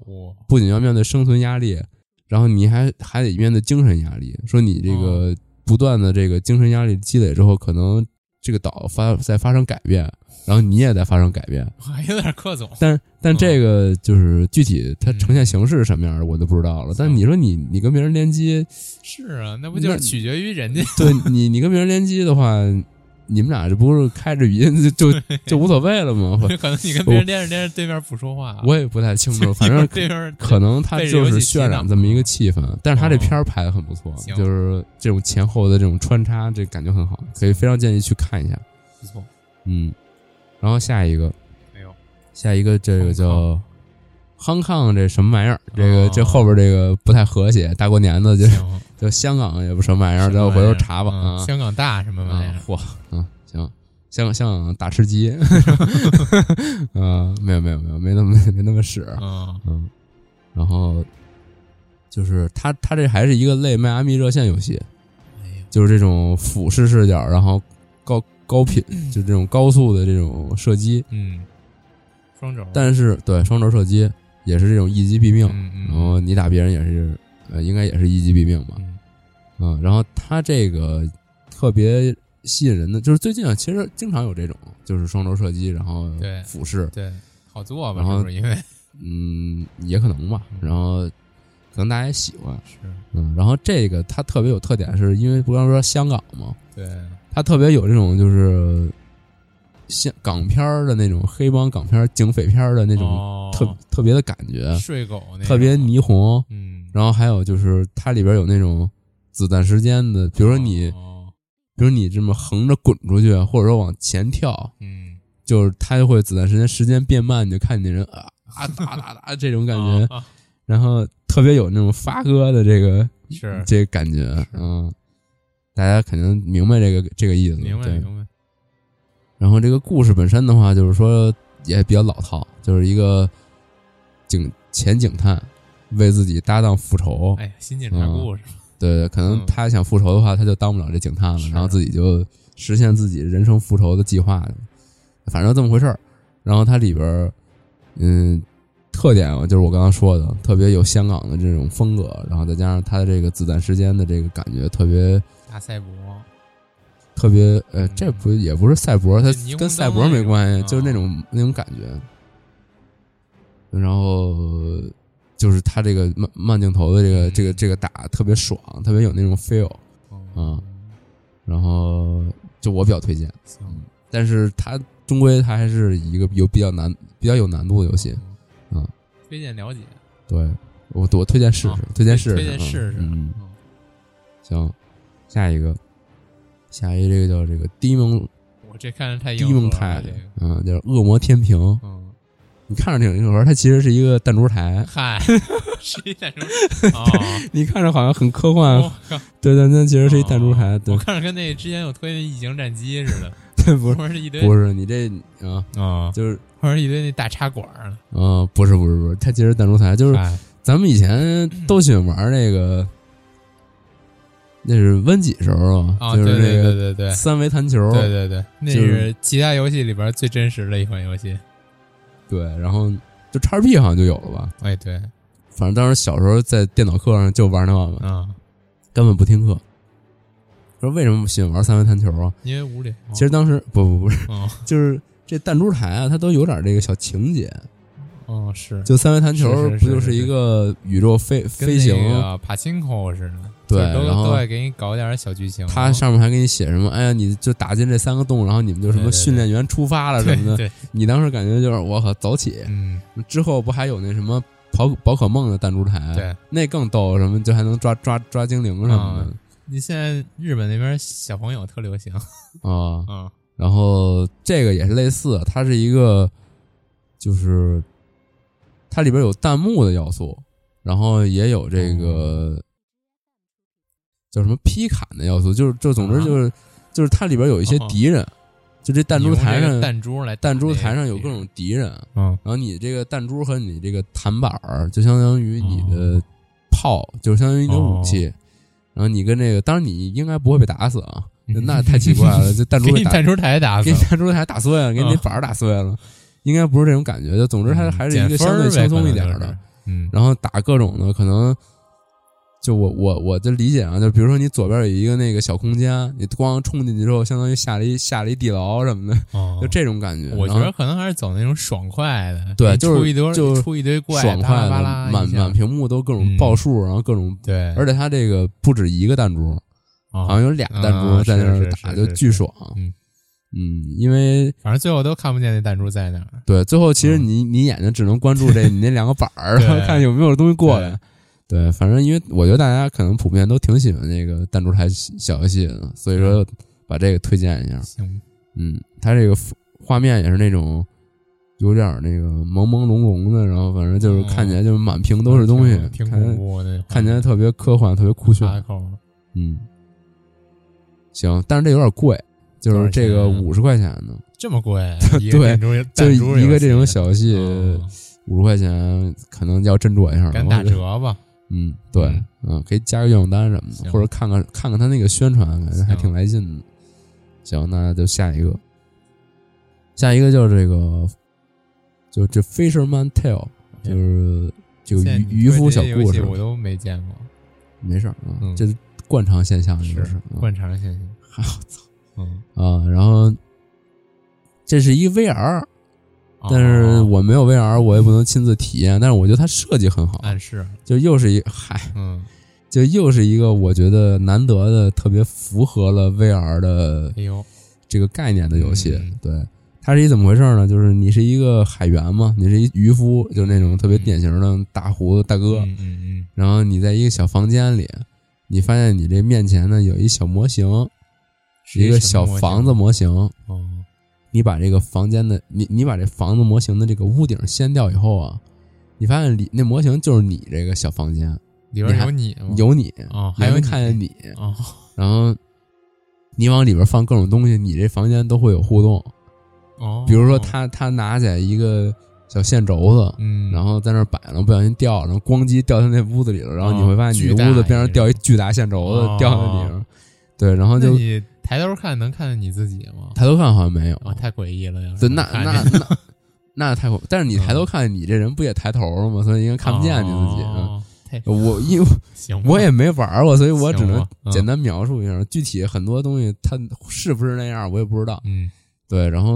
[SPEAKER 5] 不仅要面对生存压力，然后你还还得面对精神压力。说你这个不断的这个精神压力积累之后，可能这个岛发在发生改变，然后你也在发生改变。
[SPEAKER 6] 还有点克总，
[SPEAKER 5] 但但
[SPEAKER 6] 嗯
[SPEAKER 5] 这个就是具体它呈现形式是什么样的，我就不知道了。但你说你你跟别人联机，
[SPEAKER 6] 是啊，那不就是
[SPEAKER 5] 那
[SPEAKER 6] 取决于人家
[SPEAKER 5] 对你你跟别人联机的话，你们俩这不是开着语音 就就就无所谓了吗？我
[SPEAKER 6] 可能你跟别人连着连着，对面不说话，啊
[SPEAKER 5] 我也不太清楚，反
[SPEAKER 6] 一会儿
[SPEAKER 5] 正
[SPEAKER 6] 对面
[SPEAKER 5] 可能他
[SPEAKER 6] 被这
[SPEAKER 5] 就
[SPEAKER 6] 游
[SPEAKER 5] 是渲
[SPEAKER 6] 戏洗
[SPEAKER 5] 染
[SPEAKER 6] 脑
[SPEAKER 5] 这么一个气氛，但是他这
[SPEAKER 6] 哦
[SPEAKER 5] 片儿拍的很不错，
[SPEAKER 6] 行
[SPEAKER 5] 就是这种前后的这种穿插，这感觉很好，可以非常建议去看一下。
[SPEAKER 6] 不错，
[SPEAKER 5] 嗯，然后下一个，
[SPEAKER 6] 没有，
[SPEAKER 5] 下一个这个
[SPEAKER 6] Hong
[SPEAKER 5] 叫 Hong Kong 这什么玩意儿？这个、
[SPEAKER 6] 哦
[SPEAKER 5] 这后边这个不太和谐，大过年的就
[SPEAKER 6] 行，
[SPEAKER 5] 就香港也不什么玩意儿，
[SPEAKER 6] 什
[SPEAKER 5] 咱
[SPEAKER 6] 么
[SPEAKER 5] 回
[SPEAKER 6] 玩意
[SPEAKER 5] 头
[SPEAKER 6] 儿
[SPEAKER 5] 查吧
[SPEAKER 6] 嗯
[SPEAKER 5] 啊。
[SPEAKER 6] 香港大什么玩意
[SPEAKER 5] 啊
[SPEAKER 6] 儿，？
[SPEAKER 5] 嚯，啊行，香港香港打吃 鸡，啊没有没有没有没那么没那么使，
[SPEAKER 6] 嗯，
[SPEAKER 5] 嗯，然后就是它它这还是一个类迈阿密热线游戏，
[SPEAKER 6] 哎呀，
[SPEAKER 5] 就是这种俯视视角，然后高高频，就这种高速的这种射击，
[SPEAKER 6] 嗯，双轴，
[SPEAKER 5] 但是对双轴射击也是这种一击毙命，
[SPEAKER 6] 嗯嗯
[SPEAKER 5] 然后你打别人也是，呃，应该也是一击毙命吧，
[SPEAKER 6] 嗯
[SPEAKER 5] 嗯，然后它这个特别吸引人的，就是最近啊，其实经常有这种，就是双轴射击，然后
[SPEAKER 6] 对
[SPEAKER 5] 俯视，
[SPEAKER 6] 对，好做吧，
[SPEAKER 5] 然后
[SPEAKER 6] 是不是？因为
[SPEAKER 5] 嗯，也可能吧，然后可能大家也喜欢，
[SPEAKER 6] 是
[SPEAKER 5] 嗯，然后这个它特别有特点，是因为不刚说香港嘛，
[SPEAKER 6] 对，
[SPEAKER 5] 它特别有这种就是像港片儿的那种黑帮港片儿、警匪片儿的那种
[SPEAKER 6] 哦
[SPEAKER 5] 特、特别的感觉，
[SPEAKER 6] 睡狗那种啊
[SPEAKER 5] 特别，霓虹。
[SPEAKER 6] 嗯，
[SPEAKER 5] 然后还有就是它里边有那种子弹时间的，比如说你，
[SPEAKER 6] 哦
[SPEAKER 5] 比如你这么横着滚出去，或者说往前跳，
[SPEAKER 6] 嗯，
[SPEAKER 5] 就是它就会子弹时间时间变慢，你就看你那人啊啊哒哒哒这种感觉，
[SPEAKER 6] 啊啊
[SPEAKER 5] 然后特别有那种发哥的这个
[SPEAKER 6] 是
[SPEAKER 5] 这个感觉，嗯，大家肯定明白这个这个意思，
[SPEAKER 6] 明白
[SPEAKER 5] 对。
[SPEAKER 6] 明白，
[SPEAKER 5] 然后这个故事本身的话，就是说也比较老套，就是一个警前警探为自己搭档复仇，
[SPEAKER 6] 哎，新警察故事，
[SPEAKER 5] 对，可能
[SPEAKER 6] 嗯
[SPEAKER 5] 他想复仇的话，他就当不了这警探了，
[SPEAKER 6] 是
[SPEAKER 5] 然后自己就实现自己人生复仇的计划，反正这么回事儿。然后它里边儿，嗯，特点嘛，就是我刚刚说的，特别有香港的这种风格，然后再加上它的这个子弹时间的这个感觉，特别
[SPEAKER 6] 大赛博，
[SPEAKER 5] 特别呃，这不也不是赛博，它
[SPEAKER 6] 就霓虹
[SPEAKER 5] 跟
[SPEAKER 6] 灯
[SPEAKER 5] 赛博没关
[SPEAKER 6] 那
[SPEAKER 5] 系，
[SPEAKER 6] 种啊
[SPEAKER 5] 就是那种那种感觉。然后就是它这个慢慢镜头的这个这个这个打特别爽，特别有那种 feel，
[SPEAKER 6] 嗯
[SPEAKER 5] 嗯，然后就我比较推荐，
[SPEAKER 6] 行，
[SPEAKER 5] 但是它终归它还是一个有比较难、比较有难度的游戏。嗯，
[SPEAKER 6] 推荐了解，
[SPEAKER 5] 对我我推荐试
[SPEAKER 6] 啊
[SPEAKER 5] 试，推荐试试，
[SPEAKER 6] 推荐试试，
[SPEAKER 5] 嗯，
[SPEAKER 6] 嗯
[SPEAKER 5] 行，下一个，下一个这个叫这个低蒙
[SPEAKER 6] 我这看着太
[SPEAKER 5] 低
[SPEAKER 6] 硬
[SPEAKER 5] 蒙
[SPEAKER 6] 核
[SPEAKER 5] 泰
[SPEAKER 6] 了，这个，
[SPEAKER 5] 嗯，叫恶魔天平。
[SPEAKER 6] 嗯，
[SPEAKER 5] 你看着挺硬核，它其实是一个弹珠台。
[SPEAKER 6] 嗨，十一点钟， 哦，
[SPEAKER 5] 你看着好像很科幻，
[SPEAKER 6] 我哦靠，哦
[SPEAKER 5] 对对，那其实是一弹珠台，对
[SPEAKER 6] 我看着跟那之前我推的异形战机似的，
[SPEAKER 5] 对，不是
[SPEAKER 6] 不是一堆
[SPEAKER 5] 不是你这啊，
[SPEAKER 6] 啊，
[SPEAKER 5] 就是
[SPEAKER 6] 或者一堆那大插管儿，哎
[SPEAKER 5] 嗯、呃不是不是不是，它其实是弹珠台就是
[SPEAKER 6] 嗨
[SPEAKER 5] 咱们以前都喜欢玩那个，那是 Win 几时候
[SPEAKER 6] 啊，
[SPEAKER 5] 就
[SPEAKER 6] 对
[SPEAKER 5] 是
[SPEAKER 6] 对
[SPEAKER 5] 那
[SPEAKER 6] 对
[SPEAKER 5] 个
[SPEAKER 6] 对对。
[SPEAKER 5] 三维弹球，
[SPEAKER 6] 对对对，那
[SPEAKER 5] 就是
[SPEAKER 6] 其他游戏里边最真实的一款游戏。
[SPEAKER 5] 对然后就 x P 好像就有了吧，
[SPEAKER 6] 哎，对，
[SPEAKER 5] 反正当时小时候在电脑课上就玩那玩意儿，
[SPEAKER 6] 啊，
[SPEAKER 5] 根本不听课。说为什么喜欢玩三维弹球啊？
[SPEAKER 6] 因为无聊。
[SPEAKER 5] 其实当时不不不是，
[SPEAKER 6] 哦，
[SPEAKER 5] 就是这弹珠台啊，它都有点这个小情节。
[SPEAKER 6] 哦，是
[SPEAKER 5] 就三维弹球
[SPEAKER 6] 是是是
[SPEAKER 5] 不就是是
[SPEAKER 6] 是
[SPEAKER 5] 一个宇宙飞
[SPEAKER 6] 跟
[SPEAKER 5] 飞行？
[SPEAKER 6] 那个帕辛科似的，
[SPEAKER 5] 对
[SPEAKER 6] 就都
[SPEAKER 5] 然后
[SPEAKER 6] 都爱给你搞点小剧情。
[SPEAKER 5] 它上面还给你写什么？哎呀，你就打进这三个洞，然后你们就什
[SPEAKER 6] 对对
[SPEAKER 5] 么
[SPEAKER 6] 对
[SPEAKER 5] 训练员出发了什
[SPEAKER 6] 对
[SPEAKER 5] 么的。
[SPEAKER 6] 对，
[SPEAKER 5] 你当时感觉就是我靠，早起。
[SPEAKER 6] 嗯，
[SPEAKER 5] 之后不还有那什么宝宝可梦的弹珠台？啊
[SPEAKER 6] 对，啊
[SPEAKER 5] 那更逗，什么就还能抓抓抓精灵哎什么
[SPEAKER 6] 你现在日本那边小朋友特流行
[SPEAKER 5] 的啊。
[SPEAKER 6] 啊，
[SPEAKER 5] 然后这个也是类似，它是一个就是它里边有弹幕的要素，然后也有这个、叫什么劈砍的要素，就是就总之
[SPEAKER 6] 啊
[SPEAKER 5] 就是、就是它里边有一些敌人，就这弹珠台
[SPEAKER 6] 哦你用这
[SPEAKER 5] 上
[SPEAKER 6] 个弹珠来打
[SPEAKER 5] 弹珠
[SPEAKER 6] 那个
[SPEAKER 5] 台上有
[SPEAKER 6] 敌
[SPEAKER 5] 各
[SPEAKER 6] 人
[SPEAKER 5] 种敌人，
[SPEAKER 6] 嗯
[SPEAKER 5] 然后你这个弹珠和你这个弹板儿，就相当于你
[SPEAKER 6] 哦
[SPEAKER 5] 的炮，就是相当于你的武器。然后你跟这个，当然你应该不会被打死啊，
[SPEAKER 6] 嗯
[SPEAKER 5] 那太奇怪了，这弹珠
[SPEAKER 6] 给
[SPEAKER 5] 被
[SPEAKER 6] 你
[SPEAKER 5] 打，
[SPEAKER 6] 弹珠台打死
[SPEAKER 5] 给你，弹珠台打碎了，给你
[SPEAKER 6] 嗯
[SPEAKER 5] 板儿打碎了，应该不是这种感觉。就总之，它
[SPEAKER 6] 嗯
[SPEAKER 5] 还是
[SPEAKER 6] 减
[SPEAKER 5] 一个
[SPEAKER 6] 分
[SPEAKER 5] 相
[SPEAKER 6] 儿
[SPEAKER 5] 对轻
[SPEAKER 6] 呗
[SPEAKER 5] 松
[SPEAKER 6] 可
[SPEAKER 5] 一
[SPEAKER 6] 能
[SPEAKER 5] 点
[SPEAKER 6] 就是
[SPEAKER 5] 的。
[SPEAKER 6] 嗯，
[SPEAKER 5] 然后打各种的，可能就我我我的理解啊，就比如说你左边有一个那个小空间，你咣冲进去之后，相当于下了一下了一地牢什么的，
[SPEAKER 6] 哦
[SPEAKER 5] 就这种感觉。
[SPEAKER 6] 我觉
[SPEAKER 5] 然后
[SPEAKER 6] 得可能还是走那种爽快的，
[SPEAKER 5] 对
[SPEAKER 6] 你
[SPEAKER 5] 就是
[SPEAKER 6] 出一堆
[SPEAKER 5] 就是
[SPEAKER 6] 出一堆怪，
[SPEAKER 5] 爽
[SPEAKER 6] 巴
[SPEAKER 5] 快
[SPEAKER 6] 拉
[SPEAKER 5] 的
[SPEAKER 6] 巴拉，
[SPEAKER 5] 满
[SPEAKER 6] 一下嗯
[SPEAKER 5] 满屏幕都各种报数，然后各种，
[SPEAKER 6] 对，哦
[SPEAKER 5] 而且它这个不止一个弹珠，
[SPEAKER 6] 好
[SPEAKER 5] 好像有俩弹珠
[SPEAKER 6] 啊
[SPEAKER 5] 在那儿
[SPEAKER 6] 是是
[SPEAKER 5] 打，
[SPEAKER 6] 是
[SPEAKER 5] 就是巨爽。
[SPEAKER 6] 嗯
[SPEAKER 5] 嗯，因为
[SPEAKER 6] 反正最后都看不见那弹珠在哪儿。
[SPEAKER 5] 对最后其实你你眼睛只能关注 这你那两个板儿，
[SPEAKER 6] 嗯对
[SPEAKER 5] 然后 看有没有东西过来。对，反正因为我觉得大家可能普遍都挺喜欢那个弹珠台小游戏的，所以说
[SPEAKER 6] 嗯
[SPEAKER 5] 把这个推荐一下。
[SPEAKER 6] 行，
[SPEAKER 5] 嗯，它这个画面也是那种有点儿那个朦朦胧胧的，然后反正就是看起来就是满屏都是东西，
[SPEAKER 6] 哦嗯挺挺
[SPEAKER 5] 看起来
[SPEAKER 6] 恐怖的，啊
[SPEAKER 5] 看起来特别科幻，特别酷炫
[SPEAKER 6] 哈。口。
[SPEAKER 5] 嗯，行，但是这有点贵，就是这
[SPEAKER 6] 多
[SPEAKER 5] 个
[SPEAKER 6] 少钱啊
[SPEAKER 5] 五十块钱呢，
[SPEAKER 6] 这么贵，一 个
[SPEAKER 5] 对
[SPEAKER 6] 弹珠
[SPEAKER 5] 就
[SPEAKER 6] 弹珠游戏
[SPEAKER 5] 一个这种小游戏
[SPEAKER 6] 嗯
[SPEAKER 5] 五十块钱，可能要斟酌一下了。
[SPEAKER 6] 敢
[SPEAKER 5] 我
[SPEAKER 6] 打
[SPEAKER 5] 觉得
[SPEAKER 6] 折吧？
[SPEAKER 5] 嗯，对
[SPEAKER 6] 嗯，
[SPEAKER 5] 嗯，可以加个愿望单什么的，
[SPEAKER 6] 行
[SPEAKER 5] 或者看看看看他那个宣传，感觉还
[SPEAKER 6] 行
[SPEAKER 5] 挺来劲的。行，那就下一个，下一个就是这个，就这 Fisherman Tale，
[SPEAKER 6] 嗯
[SPEAKER 5] 就是这个
[SPEAKER 6] 现在你
[SPEAKER 5] 渔渔夫
[SPEAKER 6] 推
[SPEAKER 5] 小
[SPEAKER 6] 这些游
[SPEAKER 5] 故
[SPEAKER 6] 戏
[SPEAKER 5] 事，
[SPEAKER 6] 我都没见过，
[SPEAKER 5] 没事儿啊
[SPEAKER 6] 嗯，
[SPEAKER 5] 这是惯常现象，这是嗯
[SPEAKER 6] 惯常 现象。
[SPEAKER 5] 啊我操
[SPEAKER 6] 嗯，
[SPEAKER 5] 啊，然后这是一 VR，但是
[SPEAKER 6] 哦
[SPEAKER 5] 我没有 VR，我也不能亲自体验，但是我觉得它设计很好，
[SPEAKER 6] 暗示，
[SPEAKER 5] 就又嗯是一嗨，
[SPEAKER 6] 啊嗯，
[SPEAKER 5] 就又是一个我觉得难得的特别符合了 VR 的
[SPEAKER 6] 哎呦，
[SPEAKER 5] 这个概念的游戏。
[SPEAKER 6] 嗯
[SPEAKER 5] 对，它是一怎么回事呢？就是你是一个海员嘛，你是一渔夫，就那种特别典型的大胡子大哥，
[SPEAKER 6] 嗯嗯
[SPEAKER 5] 然后你在一个小房间里，你发现你这面前呢有一小模型，是一个小房子模型。
[SPEAKER 6] 嗯，哦，
[SPEAKER 5] 你把这个房间的你你把这房子模型的这个屋顶掀掉以后啊，你发现里那模型就是你这个小房间，
[SPEAKER 6] 里边
[SPEAKER 5] 你还
[SPEAKER 6] 有你吗？
[SPEAKER 5] 有你，
[SPEAKER 6] 哦，
[SPEAKER 5] 你
[SPEAKER 6] 还
[SPEAKER 5] 还
[SPEAKER 6] 有
[SPEAKER 5] 能
[SPEAKER 6] 你
[SPEAKER 5] 看见你，
[SPEAKER 6] 哦，
[SPEAKER 5] 然后你往里边放各种东西，你这房间都会有互动。
[SPEAKER 6] 哦，
[SPEAKER 5] 比如说他他拿起来一个小线轴子，
[SPEAKER 6] 嗯，
[SPEAKER 5] 然后在那儿摆了，不小心掉，然后咣叽掉进那屋子里了，然后你会发现
[SPEAKER 6] 哦巨
[SPEAKER 5] 你
[SPEAKER 6] 大
[SPEAKER 5] 的屋子边
[SPEAKER 6] 也
[SPEAKER 5] 上
[SPEAKER 6] 是
[SPEAKER 5] 掉一巨大线轴子
[SPEAKER 6] 哦
[SPEAKER 5] 掉在里边，对，然后
[SPEAKER 6] 那
[SPEAKER 5] 就
[SPEAKER 6] 你抬头看能看见你自己吗？哦
[SPEAKER 5] 抬头看好像没有，
[SPEAKER 6] 哦，太诡异了呀！
[SPEAKER 5] 对，那
[SPEAKER 6] 看见
[SPEAKER 5] 那那那太恐怖。但是你抬头看，你这人不也抬头了吗？所以应该看不见你自己。嗯
[SPEAKER 6] 嗯哦太
[SPEAKER 5] 我 因为
[SPEAKER 6] 行吧，
[SPEAKER 5] 我也没玩过，所以我只
[SPEAKER 6] 行
[SPEAKER 5] 能
[SPEAKER 6] 吧嗯
[SPEAKER 5] 简单描述一下。具体很多东西它是不是那样，我也不知道。
[SPEAKER 6] 嗯
[SPEAKER 5] 对，然后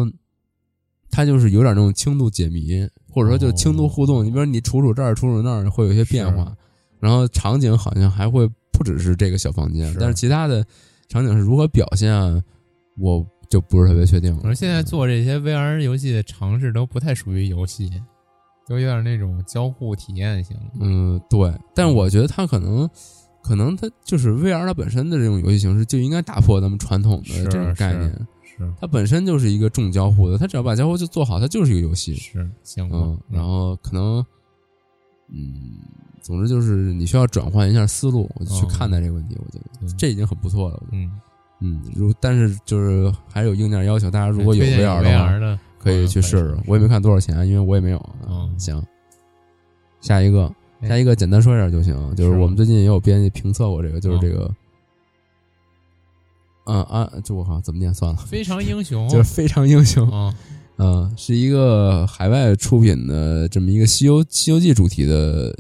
[SPEAKER 5] 它就是有点那种轻度解谜，或者说就是轻度互动。
[SPEAKER 6] 哦
[SPEAKER 5] 你比如你处处这儿，处处那儿，会有一些变化
[SPEAKER 6] 是。
[SPEAKER 5] 然后场景好像还会不只是这个小房间，
[SPEAKER 6] 是
[SPEAKER 5] 但是其他的场景是如何表现啊，我就不是特别确定了。
[SPEAKER 6] 我说现在做这些 VR 游戏的尝试都不太属于游戏，都有点那种交互体验型。
[SPEAKER 5] 嗯，对，但我觉得它可能，可能它就是 VR 它本身的这种游戏形式就应该打破咱们传统的
[SPEAKER 6] 是
[SPEAKER 5] 这种概
[SPEAKER 6] 是
[SPEAKER 5] 念，
[SPEAKER 6] 是
[SPEAKER 5] 它本身就是一个重交互的，它只要把交互就做好，它就是一个游戏。
[SPEAKER 6] 是，行吧。
[SPEAKER 5] 嗯，然后可能，嗯，总之就是你需要转换一下思路去
[SPEAKER 6] 嗯
[SPEAKER 5] 看待这个问题，我觉得
[SPEAKER 6] 对
[SPEAKER 5] 这已经很不错了。我觉得
[SPEAKER 6] 嗯，
[SPEAKER 5] 嗯，如但是就是还是有硬件要求，大家如果有
[SPEAKER 6] 推荐
[SPEAKER 5] VR 的话，
[SPEAKER 6] VR 的
[SPEAKER 5] 可以去试试。我也没看多少钱，因为我也没有。
[SPEAKER 6] 嗯
[SPEAKER 5] 行，下一个，
[SPEAKER 6] 哎
[SPEAKER 5] 下一个简单说一下就行。就是
[SPEAKER 6] 是哦吗
[SPEAKER 5] 我们最近也有编辑评测过这个，就是这个，嗯啊，这我靠，怎么念算了？
[SPEAKER 6] 非常英雄，
[SPEAKER 5] 就是非常英雄，
[SPEAKER 6] 啊，
[SPEAKER 5] 嗯，是一个海外出品的这么一个西游《西游记》主题的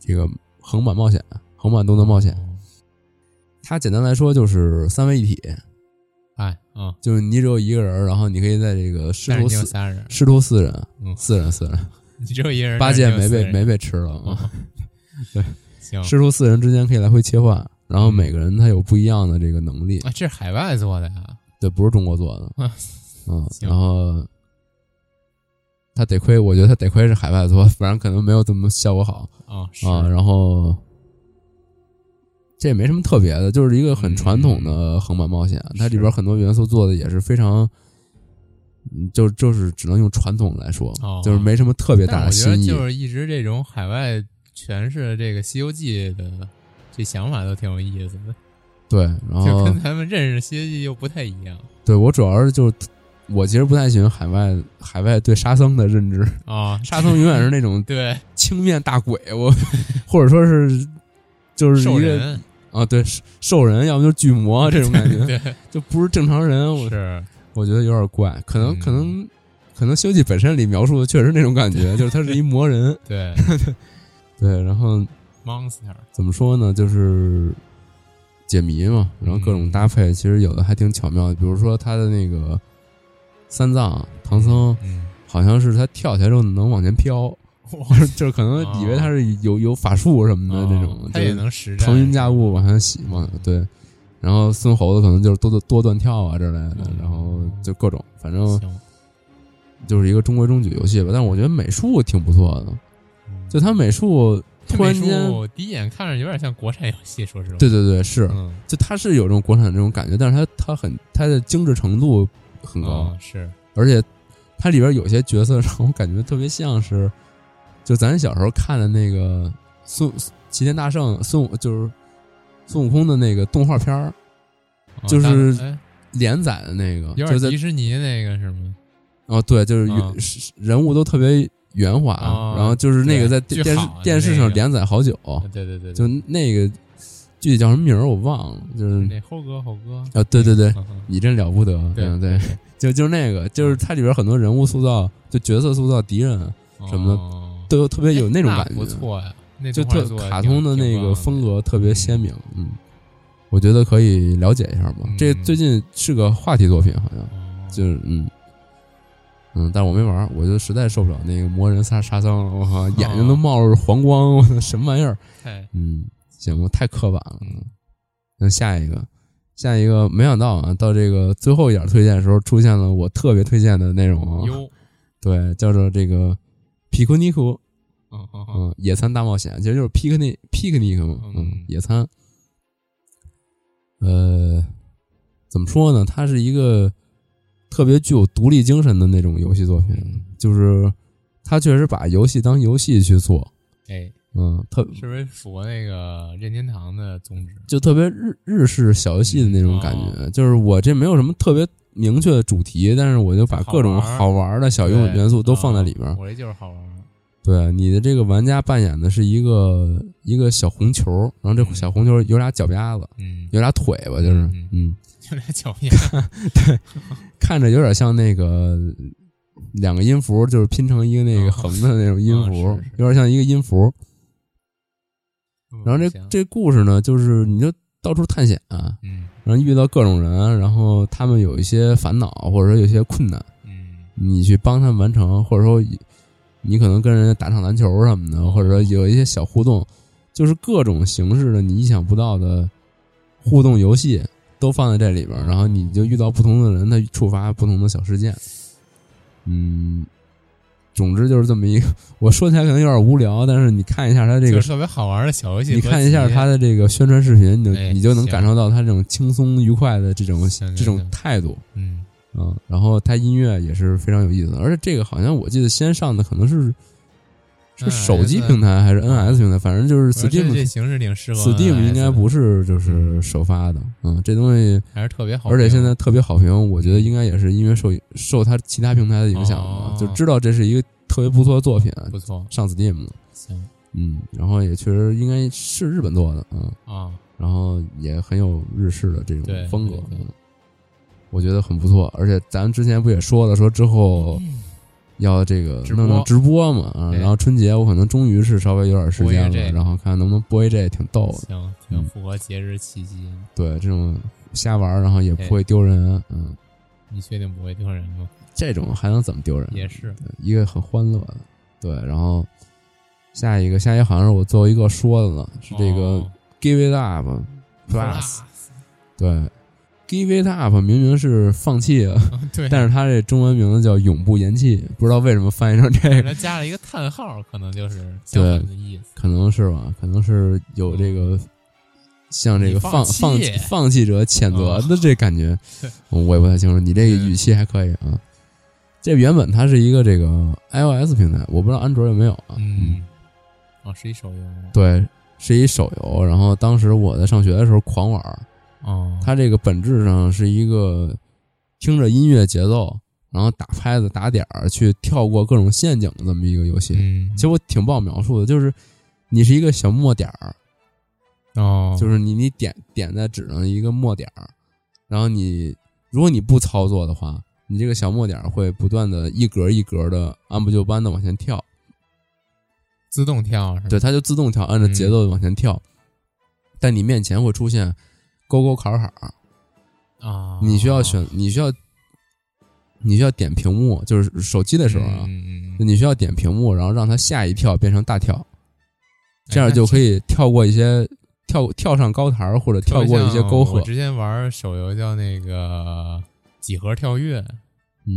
[SPEAKER 5] 这个横版冒险，横版动作冒
[SPEAKER 6] 哦
[SPEAKER 5] 险。它简单来说就是三位一体，
[SPEAKER 6] 哎啊，
[SPEAKER 5] 就是你只有一个人儿，然后你可以在这个师
[SPEAKER 6] 但是
[SPEAKER 5] 徒
[SPEAKER 6] 你有
[SPEAKER 5] 四
[SPEAKER 6] 仨人，
[SPEAKER 5] 师徒四人，
[SPEAKER 6] 嗯
[SPEAKER 5] 四人四人，
[SPEAKER 6] 你只有一人，
[SPEAKER 5] 八戒
[SPEAKER 6] 但
[SPEAKER 5] 没
[SPEAKER 6] 是你有
[SPEAKER 5] 被
[SPEAKER 6] 四
[SPEAKER 5] 没
[SPEAKER 6] 人
[SPEAKER 5] 被吃了啊
[SPEAKER 6] 啊。行
[SPEAKER 5] 师徒四人之间可以来回切换，然后每个人他有不一样的这个能力，
[SPEAKER 6] 啊，这是海外做的呀，
[SPEAKER 5] 对，不是中国做的
[SPEAKER 6] 啊，
[SPEAKER 5] 嗯，
[SPEAKER 6] 行
[SPEAKER 5] 然后他得亏，我觉得他得亏是海外做，不然可能没有这么效果好
[SPEAKER 6] 啊是
[SPEAKER 5] 啊。然后这也没什么特别的，就是一个很传统
[SPEAKER 6] 嗯
[SPEAKER 5] 的横版冒险，它里边很多元素做的也是非常。嗯就就是只能用传统来说，
[SPEAKER 6] 哦
[SPEAKER 5] 就是没什么特别
[SPEAKER 6] 但
[SPEAKER 5] 大
[SPEAKER 6] 是
[SPEAKER 5] 的
[SPEAKER 6] 我
[SPEAKER 5] 新
[SPEAKER 6] 觉得
[SPEAKER 5] 意。
[SPEAKER 6] 就是一直这种海外诠释这个《西游记》的这想法都挺有意思的，
[SPEAKER 5] 对，然后
[SPEAKER 6] 就跟咱们认识《西游记》又不太一样
[SPEAKER 5] 对我主要是就是，我其实不太喜欢海外海外对沙僧的认知，
[SPEAKER 6] 啊。
[SPEAKER 5] 沙僧永远是那种
[SPEAKER 6] 对，
[SPEAKER 5] 青面大鬼，我 或者说是就是
[SPEAKER 6] 兽
[SPEAKER 5] 一个
[SPEAKER 6] 人
[SPEAKER 5] 啊，对是兽人，要么就是巨魔这种感觉，
[SPEAKER 6] 对
[SPEAKER 5] 就不是正常人，我
[SPEAKER 6] 是
[SPEAKER 5] 我觉得有点怪，可能
[SPEAKER 6] 嗯
[SPEAKER 5] 可能可能《西游记》本身里描述的确实那种感觉，就是他是一魔 人，
[SPEAKER 6] 对
[SPEAKER 5] 对，然后
[SPEAKER 6] monster
[SPEAKER 5] 怎么说呢，就是。解谜嘛，然后各种
[SPEAKER 6] 嗯
[SPEAKER 5] 搭配，其实有的还挺巧妙的。比如说他的那个三藏唐僧，
[SPEAKER 6] 嗯
[SPEAKER 5] 好像是他跳起来之后能往前飘， 就是可能以为他是有有法术什么的这种，
[SPEAKER 6] 哦
[SPEAKER 5] 就
[SPEAKER 6] 他
[SPEAKER 5] 是
[SPEAKER 6] 也能实战
[SPEAKER 5] 腾云驾雾往上洗嘛，对。然后孙猴子可能就是多多多段跳啊之类的，
[SPEAKER 6] 嗯
[SPEAKER 5] 然后就各种，反正
[SPEAKER 6] 行
[SPEAKER 5] 就是一个中规中矩游戏吧。但是我觉得美术挺不错的，就它美术
[SPEAKER 6] 这
[SPEAKER 5] 突然
[SPEAKER 6] 嗯美术
[SPEAKER 5] 间，
[SPEAKER 6] 第一眼看着有点像国产游戏，说实话，
[SPEAKER 5] 对对对，是，
[SPEAKER 6] 嗯，
[SPEAKER 5] 就它是有这种国产这种感觉，但是它它很它的精致程度很高，
[SPEAKER 6] 嗯是
[SPEAKER 5] 而且它里边有些角色让我感觉特别像是，就咱小时候看的那个孙齐天大圣孙悟就是孙悟空的那个动画片儿
[SPEAKER 6] 啊
[SPEAKER 5] 就是
[SPEAKER 6] 但哎
[SPEAKER 5] 连载的那个，
[SPEAKER 6] 有
[SPEAKER 5] 就
[SPEAKER 6] 点
[SPEAKER 5] 在
[SPEAKER 6] 迪士尼那个是吗？
[SPEAKER 5] 哦对，就是
[SPEAKER 6] 啊
[SPEAKER 5] 原是人物都特别圆滑，
[SPEAKER 6] 啊
[SPEAKER 5] 然后就是那个
[SPEAKER 6] 对
[SPEAKER 5] 在电电视
[SPEAKER 6] 巨好的
[SPEAKER 5] 电视
[SPEAKER 6] 那
[SPEAKER 5] 上
[SPEAKER 6] 个
[SPEAKER 5] 连载好久，
[SPEAKER 6] 啊对对对，
[SPEAKER 5] 哦就
[SPEAKER 6] 对
[SPEAKER 5] 那个具体叫什么名儿我忘了，就是
[SPEAKER 6] 那猴哥猴哥，
[SPEAKER 5] 啊对对对，
[SPEAKER 6] 嗯嗯
[SPEAKER 5] 你真了不得，
[SPEAKER 6] 对
[SPEAKER 5] 嗯对，就就是那个，就是它里边很多人物塑造，就角色塑造、敌人什么的
[SPEAKER 6] 的
[SPEAKER 5] 都有特别有那种感觉，
[SPEAKER 6] 哦哎不错呀，那
[SPEAKER 5] 就
[SPEAKER 6] 动画
[SPEAKER 5] 特
[SPEAKER 6] 做得
[SPEAKER 5] 卡
[SPEAKER 6] 挺
[SPEAKER 5] 通的那
[SPEAKER 6] 挺棒
[SPEAKER 5] 个风格特别鲜明，嗯，我觉得可以了解一下吧。
[SPEAKER 6] 嗯
[SPEAKER 5] 这最近是个话题作品，好像
[SPEAKER 6] 哦
[SPEAKER 5] 就是嗯嗯，但是我没玩儿，我就实在受不了那个魔人杀沙僧了，我靠，眼睛都冒着黄光，我操，什么玩意儿？
[SPEAKER 6] 太
[SPEAKER 5] 嗯，行吧，太刻板了
[SPEAKER 6] 嗯。
[SPEAKER 5] 那下一个，下一个，没想到啊，到这个最后一点推荐的时候，出现了我特别推荐的内容啊，
[SPEAKER 6] 优，
[SPEAKER 5] 对，叫做这个《皮库尼库》。
[SPEAKER 6] 嗯嗯嗯，
[SPEAKER 5] 嗯，野餐大冒险其实就是 picnic picnic 嘛，嗯
[SPEAKER 6] 嗯，
[SPEAKER 5] 野餐。呃，怎么说呢？它是一个特别具有独立精神的那种游戏作品，
[SPEAKER 6] 嗯
[SPEAKER 5] 就是它确实把游戏当游戏去做，
[SPEAKER 6] 哎，
[SPEAKER 5] 嗯，特
[SPEAKER 6] 是不是符合那个任天堂的宗旨？
[SPEAKER 5] 就特别日日式小游戏的那种感觉。
[SPEAKER 6] 嗯
[SPEAKER 5] 就是我这没有什么特别明确的主题，但是我就把
[SPEAKER 6] 好
[SPEAKER 5] 各种
[SPEAKER 6] 玩儿
[SPEAKER 5] 好玩儿的小元
[SPEAKER 6] 对
[SPEAKER 5] 元素都放在
[SPEAKER 6] 嗯
[SPEAKER 5] 里边儿。
[SPEAKER 6] 我这就是好玩儿，
[SPEAKER 5] 对，你的这个玩家扮演的是一个一个小红球，然后这小红球有俩脚丫子，
[SPEAKER 6] 嗯，
[SPEAKER 5] 有俩腿吧，就是
[SPEAKER 6] 嗯，
[SPEAKER 5] 嗯，
[SPEAKER 6] 就俩脚面，
[SPEAKER 5] 看着有点像那个两个音符就是拼成一个那个
[SPEAKER 6] 哦
[SPEAKER 5] 横的那种音符，
[SPEAKER 6] 哦是是
[SPEAKER 5] 有点像一个音符。
[SPEAKER 6] 嗯
[SPEAKER 5] 然后这
[SPEAKER 6] 行
[SPEAKER 5] 这故事呢，就是你就到处探险、啊
[SPEAKER 6] 嗯
[SPEAKER 5] 然后遇到各种人，然后他们有一些烦恼或者说有些困难，
[SPEAKER 6] 嗯
[SPEAKER 5] 你去帮他们完成，或者说你可能跟人家打场篮球什么
[SPEAKER 6] 哦
[SPEAKER 5] 的，或者说有一些小互动，就是各种形式的你意想不到的互动游戏都放在这里边儿，然后你就遇到不同的人，他触发不同的小事件。嗯，总之就是这么一个，我说起来可能有点无聊，但是你看一下它这
[SPEAKER 6] 就
[SPEAKER 5] 个
[SPEAKER 6] 是特别好玩的小游戏，
[SPEAKER 5] 你看一下他，的这个宣传视频，你就
[SPEAKER 6] 哎
[SPEAKER 5] 你就能
[SPEAKER 6] 行
[SPEAKER 5] 感受到他这种轻松愉快的这种
[SPEAKER 6] 行行
[SPEAKER 5] 这种
[SPEAKER 6] 行
[SPEAKER 5] 态度
[SPEAKER 6] 嗯
[SPEAKER 5] 啊。然后他音乐也是非常有意思的，而且这个好像我记得先上的可能是是
[SPEAKER 6] NS
[SPEAKER 5] 手机平台还是 NS 平台，反正就是
[SPEAKER 6] 我说这这
[SPEAKER 5] Steam
[SPEAKER 6] 形式挺适合
[SPEAKER 5] Steam 应该
[SPEAKER 6] NS 的 E
[SPEAKER 5] 不是就是首发的，嗯，这东西
[SPEAKER 6] 还是特别好评，
[SPEAKER 5] 而且现在特别好评，我觉得应该也是因为受受它其他平台的影响嘛
[SPEAKER 6] 哦，
[SPEAKER 5] 就知道这是一个特别不错的作品，
[SPEAKER 6] 不错，
[SPEAKER 5] 上 Steam 了，
[SPEAKER 6] 行
[SPEAKER 5] 嗯，然后也确实应该是日本做的，嗯。
[SPEAKER 6] 啊，
[SPEAKER 5] 然后也很有日式的这
[SPEAKER 6] 对
[SPEAKER 5] 种风格，
[SPEAKER 6] 对对
[SPEAKER 5] 嗯我觉得很不错。而且咱之前不也说了，说之后要这个
[SPEAKER 6] 嗯直播
[SPEAKER 5] 弄弄直播嘛，啊，
[SPEAKER 6] 对
[SPEAKER 5] 然后春节我可能终于是稍微有点时间
[SPEAKER 6] 播一
[SPEAKER 5] 了，
[SPEAKER 6] 这个
[SPEAKER 5] 然后看能不能播一这，挺逗的。
[SPEAKER 6] 行，挺
[SPEAKER 5] 嗯
[SPEAKER 6] 符合节日气息。
[SPEAKER 5] 对，这种瞎玩儿，然后也
[SPEAKER 6] 对
[SPEAKER 5] 不会丢人，嗯，
[SPEAKER 6] 你确定不会丢人吗？
[SPEAKER 5] 这种还能怎么丢人？
[SPEAKER 6] 也是，
[SPEAKER 5] 一个很欢乐的，对。然后下一个，下一个好像是我最后一个说的了，是这个啊
[SPEAKER 6] 哦
[SPEAKER 5] Give It Up Plus，对，Give it up 明明是放弃啊，
[SPEAKER 6] 啊 对，
[SPEAKER 5] 但是它这中文名字叫永不言弃，不知道为什么翻译成这个，
[SPEAKER 6] 它加了一个叹号，可能就是相反的意思。
[SPEAKER 5] 可能是吧？可能是有这个像这个
[SPEAKER 6] 你
[SPEAKER 5] 哦放哦
[SPEAKER 6] 放
[SPEAKER 5] 放
[SPEAKER 6] 弃
[SPEAKER 5] 放弃者谴责的这感 觉，我也不太清楚。你这个语气还可以啊。这原本它是一个这个 iOS 平台，我不知道安卓有没有啊。
[SPEAKER 6] 嗯，哦，是一手游，
[SPEAKER 5] 对，是一手游。然后当时我在上学的时候狂玩儿，
[SPEAKER 6] 哦，
[SPEAKER 5] 它这个本质上是一个听着音乐节奏，然后打拍子、打点儿去跳过各种陷阱的这么一个游戏。
[SPEAKER 6] 嗯
[SPEAKER 5] 其，实我挺不好描述的，就是你是一个小墨点儿，
[SPEAKER 6] 哦，
[SPEAKER 5] 就是是你你点点在纸上一个墨点儿，然后你如果你不操作的话，你这个小墨点儿会不断的一格一格的按部就班的往前跳，
[SPEAKER 6] 自动跳是吧？
[SPEAKER 5] 对，它就自动调，按照节奏往前跳，
[SPEAKER 6] 嗯
[SPEAKER 5] 但你面前会出现沟沟坎儿坎儿。
[SPEAKER 6] 啊，
[SPEAKER 5] 你需要选，你需要，你需要点屏幕，就是手机的
[SPEAKER 6] 的
[SPEAKER 5] 时候啊，
[SPEAKER 6] 嗯嗯嗯，
[SPEAKER 5] 你需要点屏幕，然后让它吓一跳变成大跳，这样
[SPEAKER 6] 哎那
[SPEAKER 5] 就可以跳过一些跳跳上高台儿或者
[SPEAKER 6] 特
[SPEAKER 5] 跳
[SPEAKER 6] 别
[SPEAKER 5] 过一些
[SPEAKER 6] 像
[SPEAKER 5] 沟
[SPEAKER 6] 我
[SPEAKER 5] 壑。
[SPEAKER 6] 之前玩手游叫那个几何跳跃，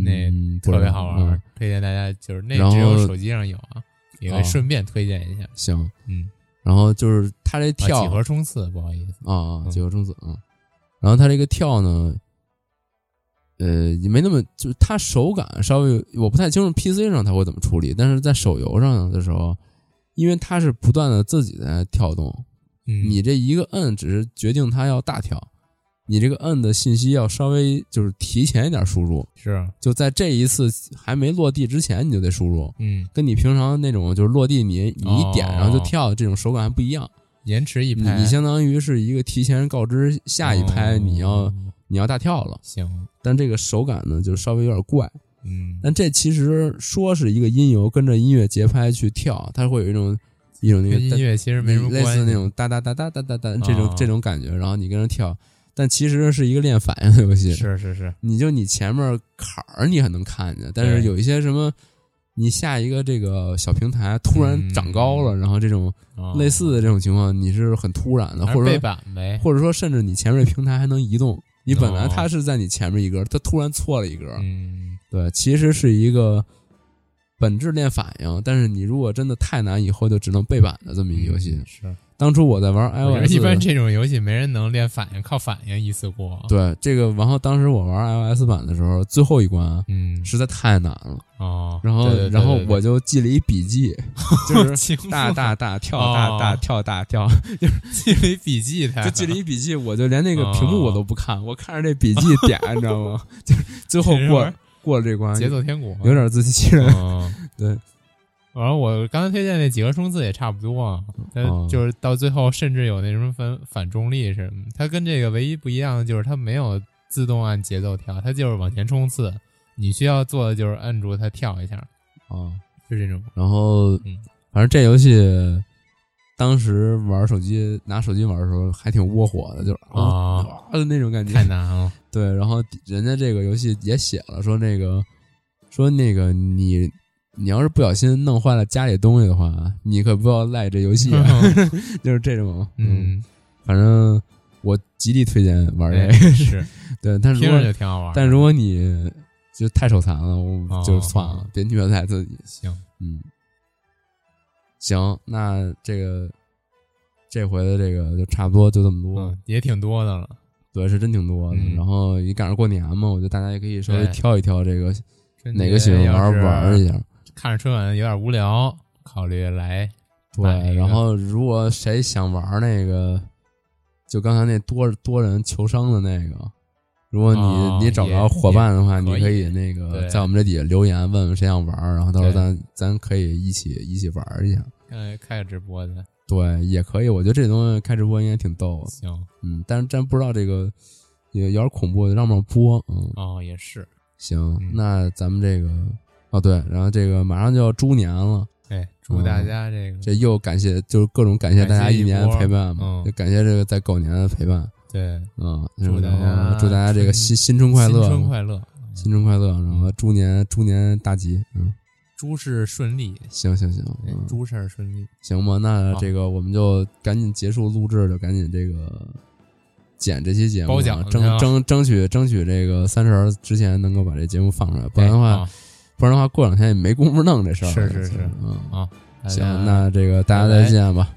[SPEAKER 6] 那
[SPEAKER 5] 嗯，不知
[SPEAKER 6] 特别
[SPEAKER 5] 道
[SPEAKER 6] 好玩，
[SPEAKER 5] 嗯
[SPEAKER 6] 推荐大家就是那
[SPEAKER 5] 然后
[SPEAKER 6] 只有手机上有啊，也可
[SPEAKER 5] 哦
[SPEAKER 6] 以顺便推荐一下。
[SPEAKER 5] 行，
[SPEAKER 6] 嗯，
[SPEAKER 5] 然后就是它这
[SPEAKER 6] 啊
[SPEAKER 5] 跳
[SPEAKER 6] 几何冲刺，不好意思，
[SPEAKER 5] 啊，啊
[SPEAKER 6] 嗯
[SPEAKER 5] 几何中子啊，然后它这个跳呢。呃，也没那么，就是它手感稍微，我不太清楚 PC 上它会怎么处理，但是在手游上的时候，因为它是不断的自己在跳动，
[SPEAKER 6] 嗯，
[SPEAKER 5] 你这一个摁只是决定它要大跳，你这个摁的信息要稍微就是提前一点输入，
[SPEAKER 6] 是
[SPEAKER 5] 就在这一次还没落地之前你就得输入，
[SPEAKER 6] 嗯，
[SPEAKER 5] 跟你平常那种就是落地你你一点
[SPEAKER 6] 哦
[SPEAKER 5] 然后就跳这种手感还不一样，
[SPEAKER 6] 延迟一
[SPEAKER 5] 你
[SPEAKER 6] 拍，
[SPEAKER 5] 你相当于是一个提前告知下一拍
[SPEAKER 6] 哦
[SPEAKER 5] 你要你要大跳了，
[SPEAKER 6] 行，
[SPEAKER 5] 但这个手感呢就稍微有点怪，
[SPEAKER 6] 嗯，
[SPEAKER 5] 但这其实说是一个音游跟着音乐节拍去跳，它会有一种一种那个
[SPEAKER 6] 跟音乐其实没什么
[SPEAKER 5] 类
[SPEAKER 6] 关系
[SPEAKER 5] 似那种哒哒哒哒哒哒哒这种、
[SPEAKER 6] 啊
[SPEAKER 5] 这种感觉，然后你跟着跳，但其实是一个练反应的游戏。
[SPEAKER 6] 是是是，
[SPEAKER 5] 你就你前面坎儿你还能看见，但是
[SPEAKER 6] 对
[SPEAKER 5] 有一些什么，你下一个这个小平台突然长高了，然后这种
[SPEAKER 6] 嗯 哦
[SPEAKER 5] 类似的这种情况，你是很突然的，
[SPEAKER 6] 还是
[SPEAKER 5] 或者
[SPEAKER 6] 背
[SPEAKER 5] 说
[SPEAKER 6] 板呗，
[SPEAKER 5] 或者说甚至你前面这平台还能移动，你本来
[SPEAKER 6] 哦
[SPEAKER 5] 它是在你前面一格，它突然错了一格，
[SPEAKER 6] 嗯，
[SPEAKER 5] 对，其实是一个本质练反应，但是你如果真的太难，以后就只能背板的这么一个游戏。
[SPEAKER 6] 嗯是，
[SPEAKER 5] 当初我在玩
[SPEAKER 6] 我觉得
[SPEAKER 5] iOS，
[SPEAKER 6] 一般这种游戏没人能练反应，靠反应一次过，，
[SPEAKER 5] 对这个，然后当时我玩 iOS 版的时候，最后一关
[SPEAKER 6] 嗯，
[SPEAKER 5] 实在太难了，
[SPEAKER 6] 哦，
[SPEAKER 5] 然后
[SPEAKER 6] 对对对
[SPEAKER 5] 然后
[SPEAKER 6] 对对
[SPEAKER 5] 我就记了一笔记，就是
[SPEAKER 6] 轻松
[SPEAKER 5] 大大大跳
[SPEAKER 6] 哦
[SPEAKER 5] 大大跳大跳，
[SPEAKER 6] 记了一笔记，他
[SPEAKER 5] 就记了一笔记，我就连那个屏
[SPEAKER 6] 哦
[SPEAKER 5] 幕我都不看，我看着这笔记点，你知道吗？ 就是最后
[SPEAKER 6] 这
[SPEAKER 5] 过
[SPEAKER 6] 人
[SPEAKER 5] 过了这关，
[SPEAKER 6] 节奏天国，
[SPEAKER 5] 啊有点自欺欺人，
[SPEAKER 6] 嗯。
[SPEAKER 5] 对。
[SPEAKER 6] 然后我刚才推荐那几何冲刺也差不多啊，它
[SPEAKER 5] 哦
[SPEAKER 6] 就是到最后甚至有那什么反反重力什么，它跟这个唯一不一样的就是它没有自动按节奏跳，它就是往前冲刺，你需要做的就是摁住它跳一下，
[SPEAKER 5] 啊。
[SPEAKER 6] 是这种。
[SPEAKER 5] 然后
[SPEAKER 6] 嗯，
[SPEAKER 5] 反正这游戏当时玩手机拿手机玩的时候还挺窝火的，就是
[SPEAKER 6] 啊
[SPEAKER 5] 的那种感觉
[SPEAKER 6] 太。难 了，
[SPEAKER 5] 对，然后人家这个游戏也写了，说那个说那个你你要是不小心弄坏了家里东西的话，你可不要赖这游戏 啊、就是这种。，
[SPEAKER 6] 嗯，
[SPEAKER 5] 反正我极力推荐玩这
[SPEAKER 6] 对，
[SPEAKER 5] 个。
[SPEAKER 6] 哎是
[SPEAKER 5] 对，但如
[SPEAKER 6] 听着就
[SPEAKER 5] 果
[SPEAKER 6] 挺好玩儿。
[SPEAKER 5] 哎但如果你就太手残了，我
[SPEAKER 6] 哦
[SPEAKER 5] 就算了，别虐待自己。
[SPEAKER 6] 行，
[SPEAKER 5] 嗯，行，那这个这回的这个就差不多就这么多，
[SPEAKER 6] 嗯，也挺多的了，
[SPEAKER 5] 对，是真挺多的。
[SPEAKER 6] 嗯
[SPEAKER 5] 然后也赶上过年嘛，我觉得大家也可以稍微
[SPEAKER 6] 对
[SPEAKER 5] 挑一挑这个
[SPEAKER 6] 春节
[SPEAKER 5] 哪个喜欢
[SPEAKER 6] 要是
[SPEAKER 5] 玩玩一下。
[SPEAKER 6] 看着春晚有点无聊，考虑来买一
[SPEAKER 5] 对，
[SPEAKER 6] 个
[SPEAKER 5] 然后如果谁想玩那个，就刚才那多多人求生的那个。如果你、
[SPEAKER 6] 哦
[SPEAKER 5] 你找不着
[SPEAKER 6] 也
[SPEAKER 5] 伙伴的话，
[SPEAKER 6] 也
[SPEAKER 5] 你
[SPEAKER 6] 可以
[SPEAKER 5] 可以那个
[SPEAKER 6] 对
[SPEAKER 5] 在我们这底下留言，问问谁想玩儿，然后到时候
[SPEAKER 6] 对
[SPEAKER 5] 咱咱可以一起一起玩儿一下。
[SPEAKER 6] 呃开个直播的，
[SPEAKER 5] 对，也可以。我觉得这东西开直播应该挺逗的，
[SPEAKER 6] 行
[SPEAKER 5] 嗯，但是真不知道这个也有点恐怖，让不让播？嗯，
[SPEAKER 6] 哦，也是，
[SPEAKER 5] 行，
[SPEAKER 6] 嗯
[SPEAKER 5] 那咱们这个哦对，然后这个马上就要猪年了，
[SPEAKER 6] 哎，
[SPEAKER 5] 嗯
[SPEAKER 6] 祝大家这个
[SPEAKER 5] 这又感谢就是各种感谢大家
[SPEAKER 6] 感谢一
[SPEAKER 5] 一年
[SPEAKER 6] 波
[SPEAKER 5] 陪伴嘛，
[SPEAKER 6] 嗯
[SPEAKER 5] 就感谢这个在狗年的陪伴，
[SPEAKER 6] 对
[SPEAKER 5] 嗯，
[SPEAKER 6] 祝大家
[SPEAKER 5] 然后祝大家这个
[SPEAKER 6] 春
[SPEAKER 5] 新新春快乐，
[SPEAKER 6] 新春快乐，
[SPEAKER 5] 新春快乐，然后猪年猪年大吉，嗯，
[SPEAKER 6] 诸事顺利，
[SPEAKER 5] 行行行，
[SPEAKER 6] 哎
[SPEAKER 5] 嗯，
[SPEAKER 6] 诸事儿顺利，
[SPEAKER 5] 行吧，那
[SPEAKER 6] 好
[SPEAKER 5] 这个我们就赶紧结束录制，就赶紧这个剪这期节目啊，
[SPEAKER 6] 包奖去
[SPEAKER 5] 争
[SPEAKER 6] 啊
[SPEAKER 5] 争争取争取这个三十儿之前能够把这节目放出来，不
[SPEAKER 6] 哎
[SPEAKER 5] 然的话，
[SPEAKER 6] 啊
[SPEAKER 5] 不然的话过两天也没工夫弄这事儿了。
[SPEAKER 6] 是是
[SPEAKER 5] 就是嗯，
[SPEAKER 6] 啊，大家
[SPEAKER 5] 行，那这个大家
[SPEAKER 6] 拜拜
[SPEAKER 5] 再见吧，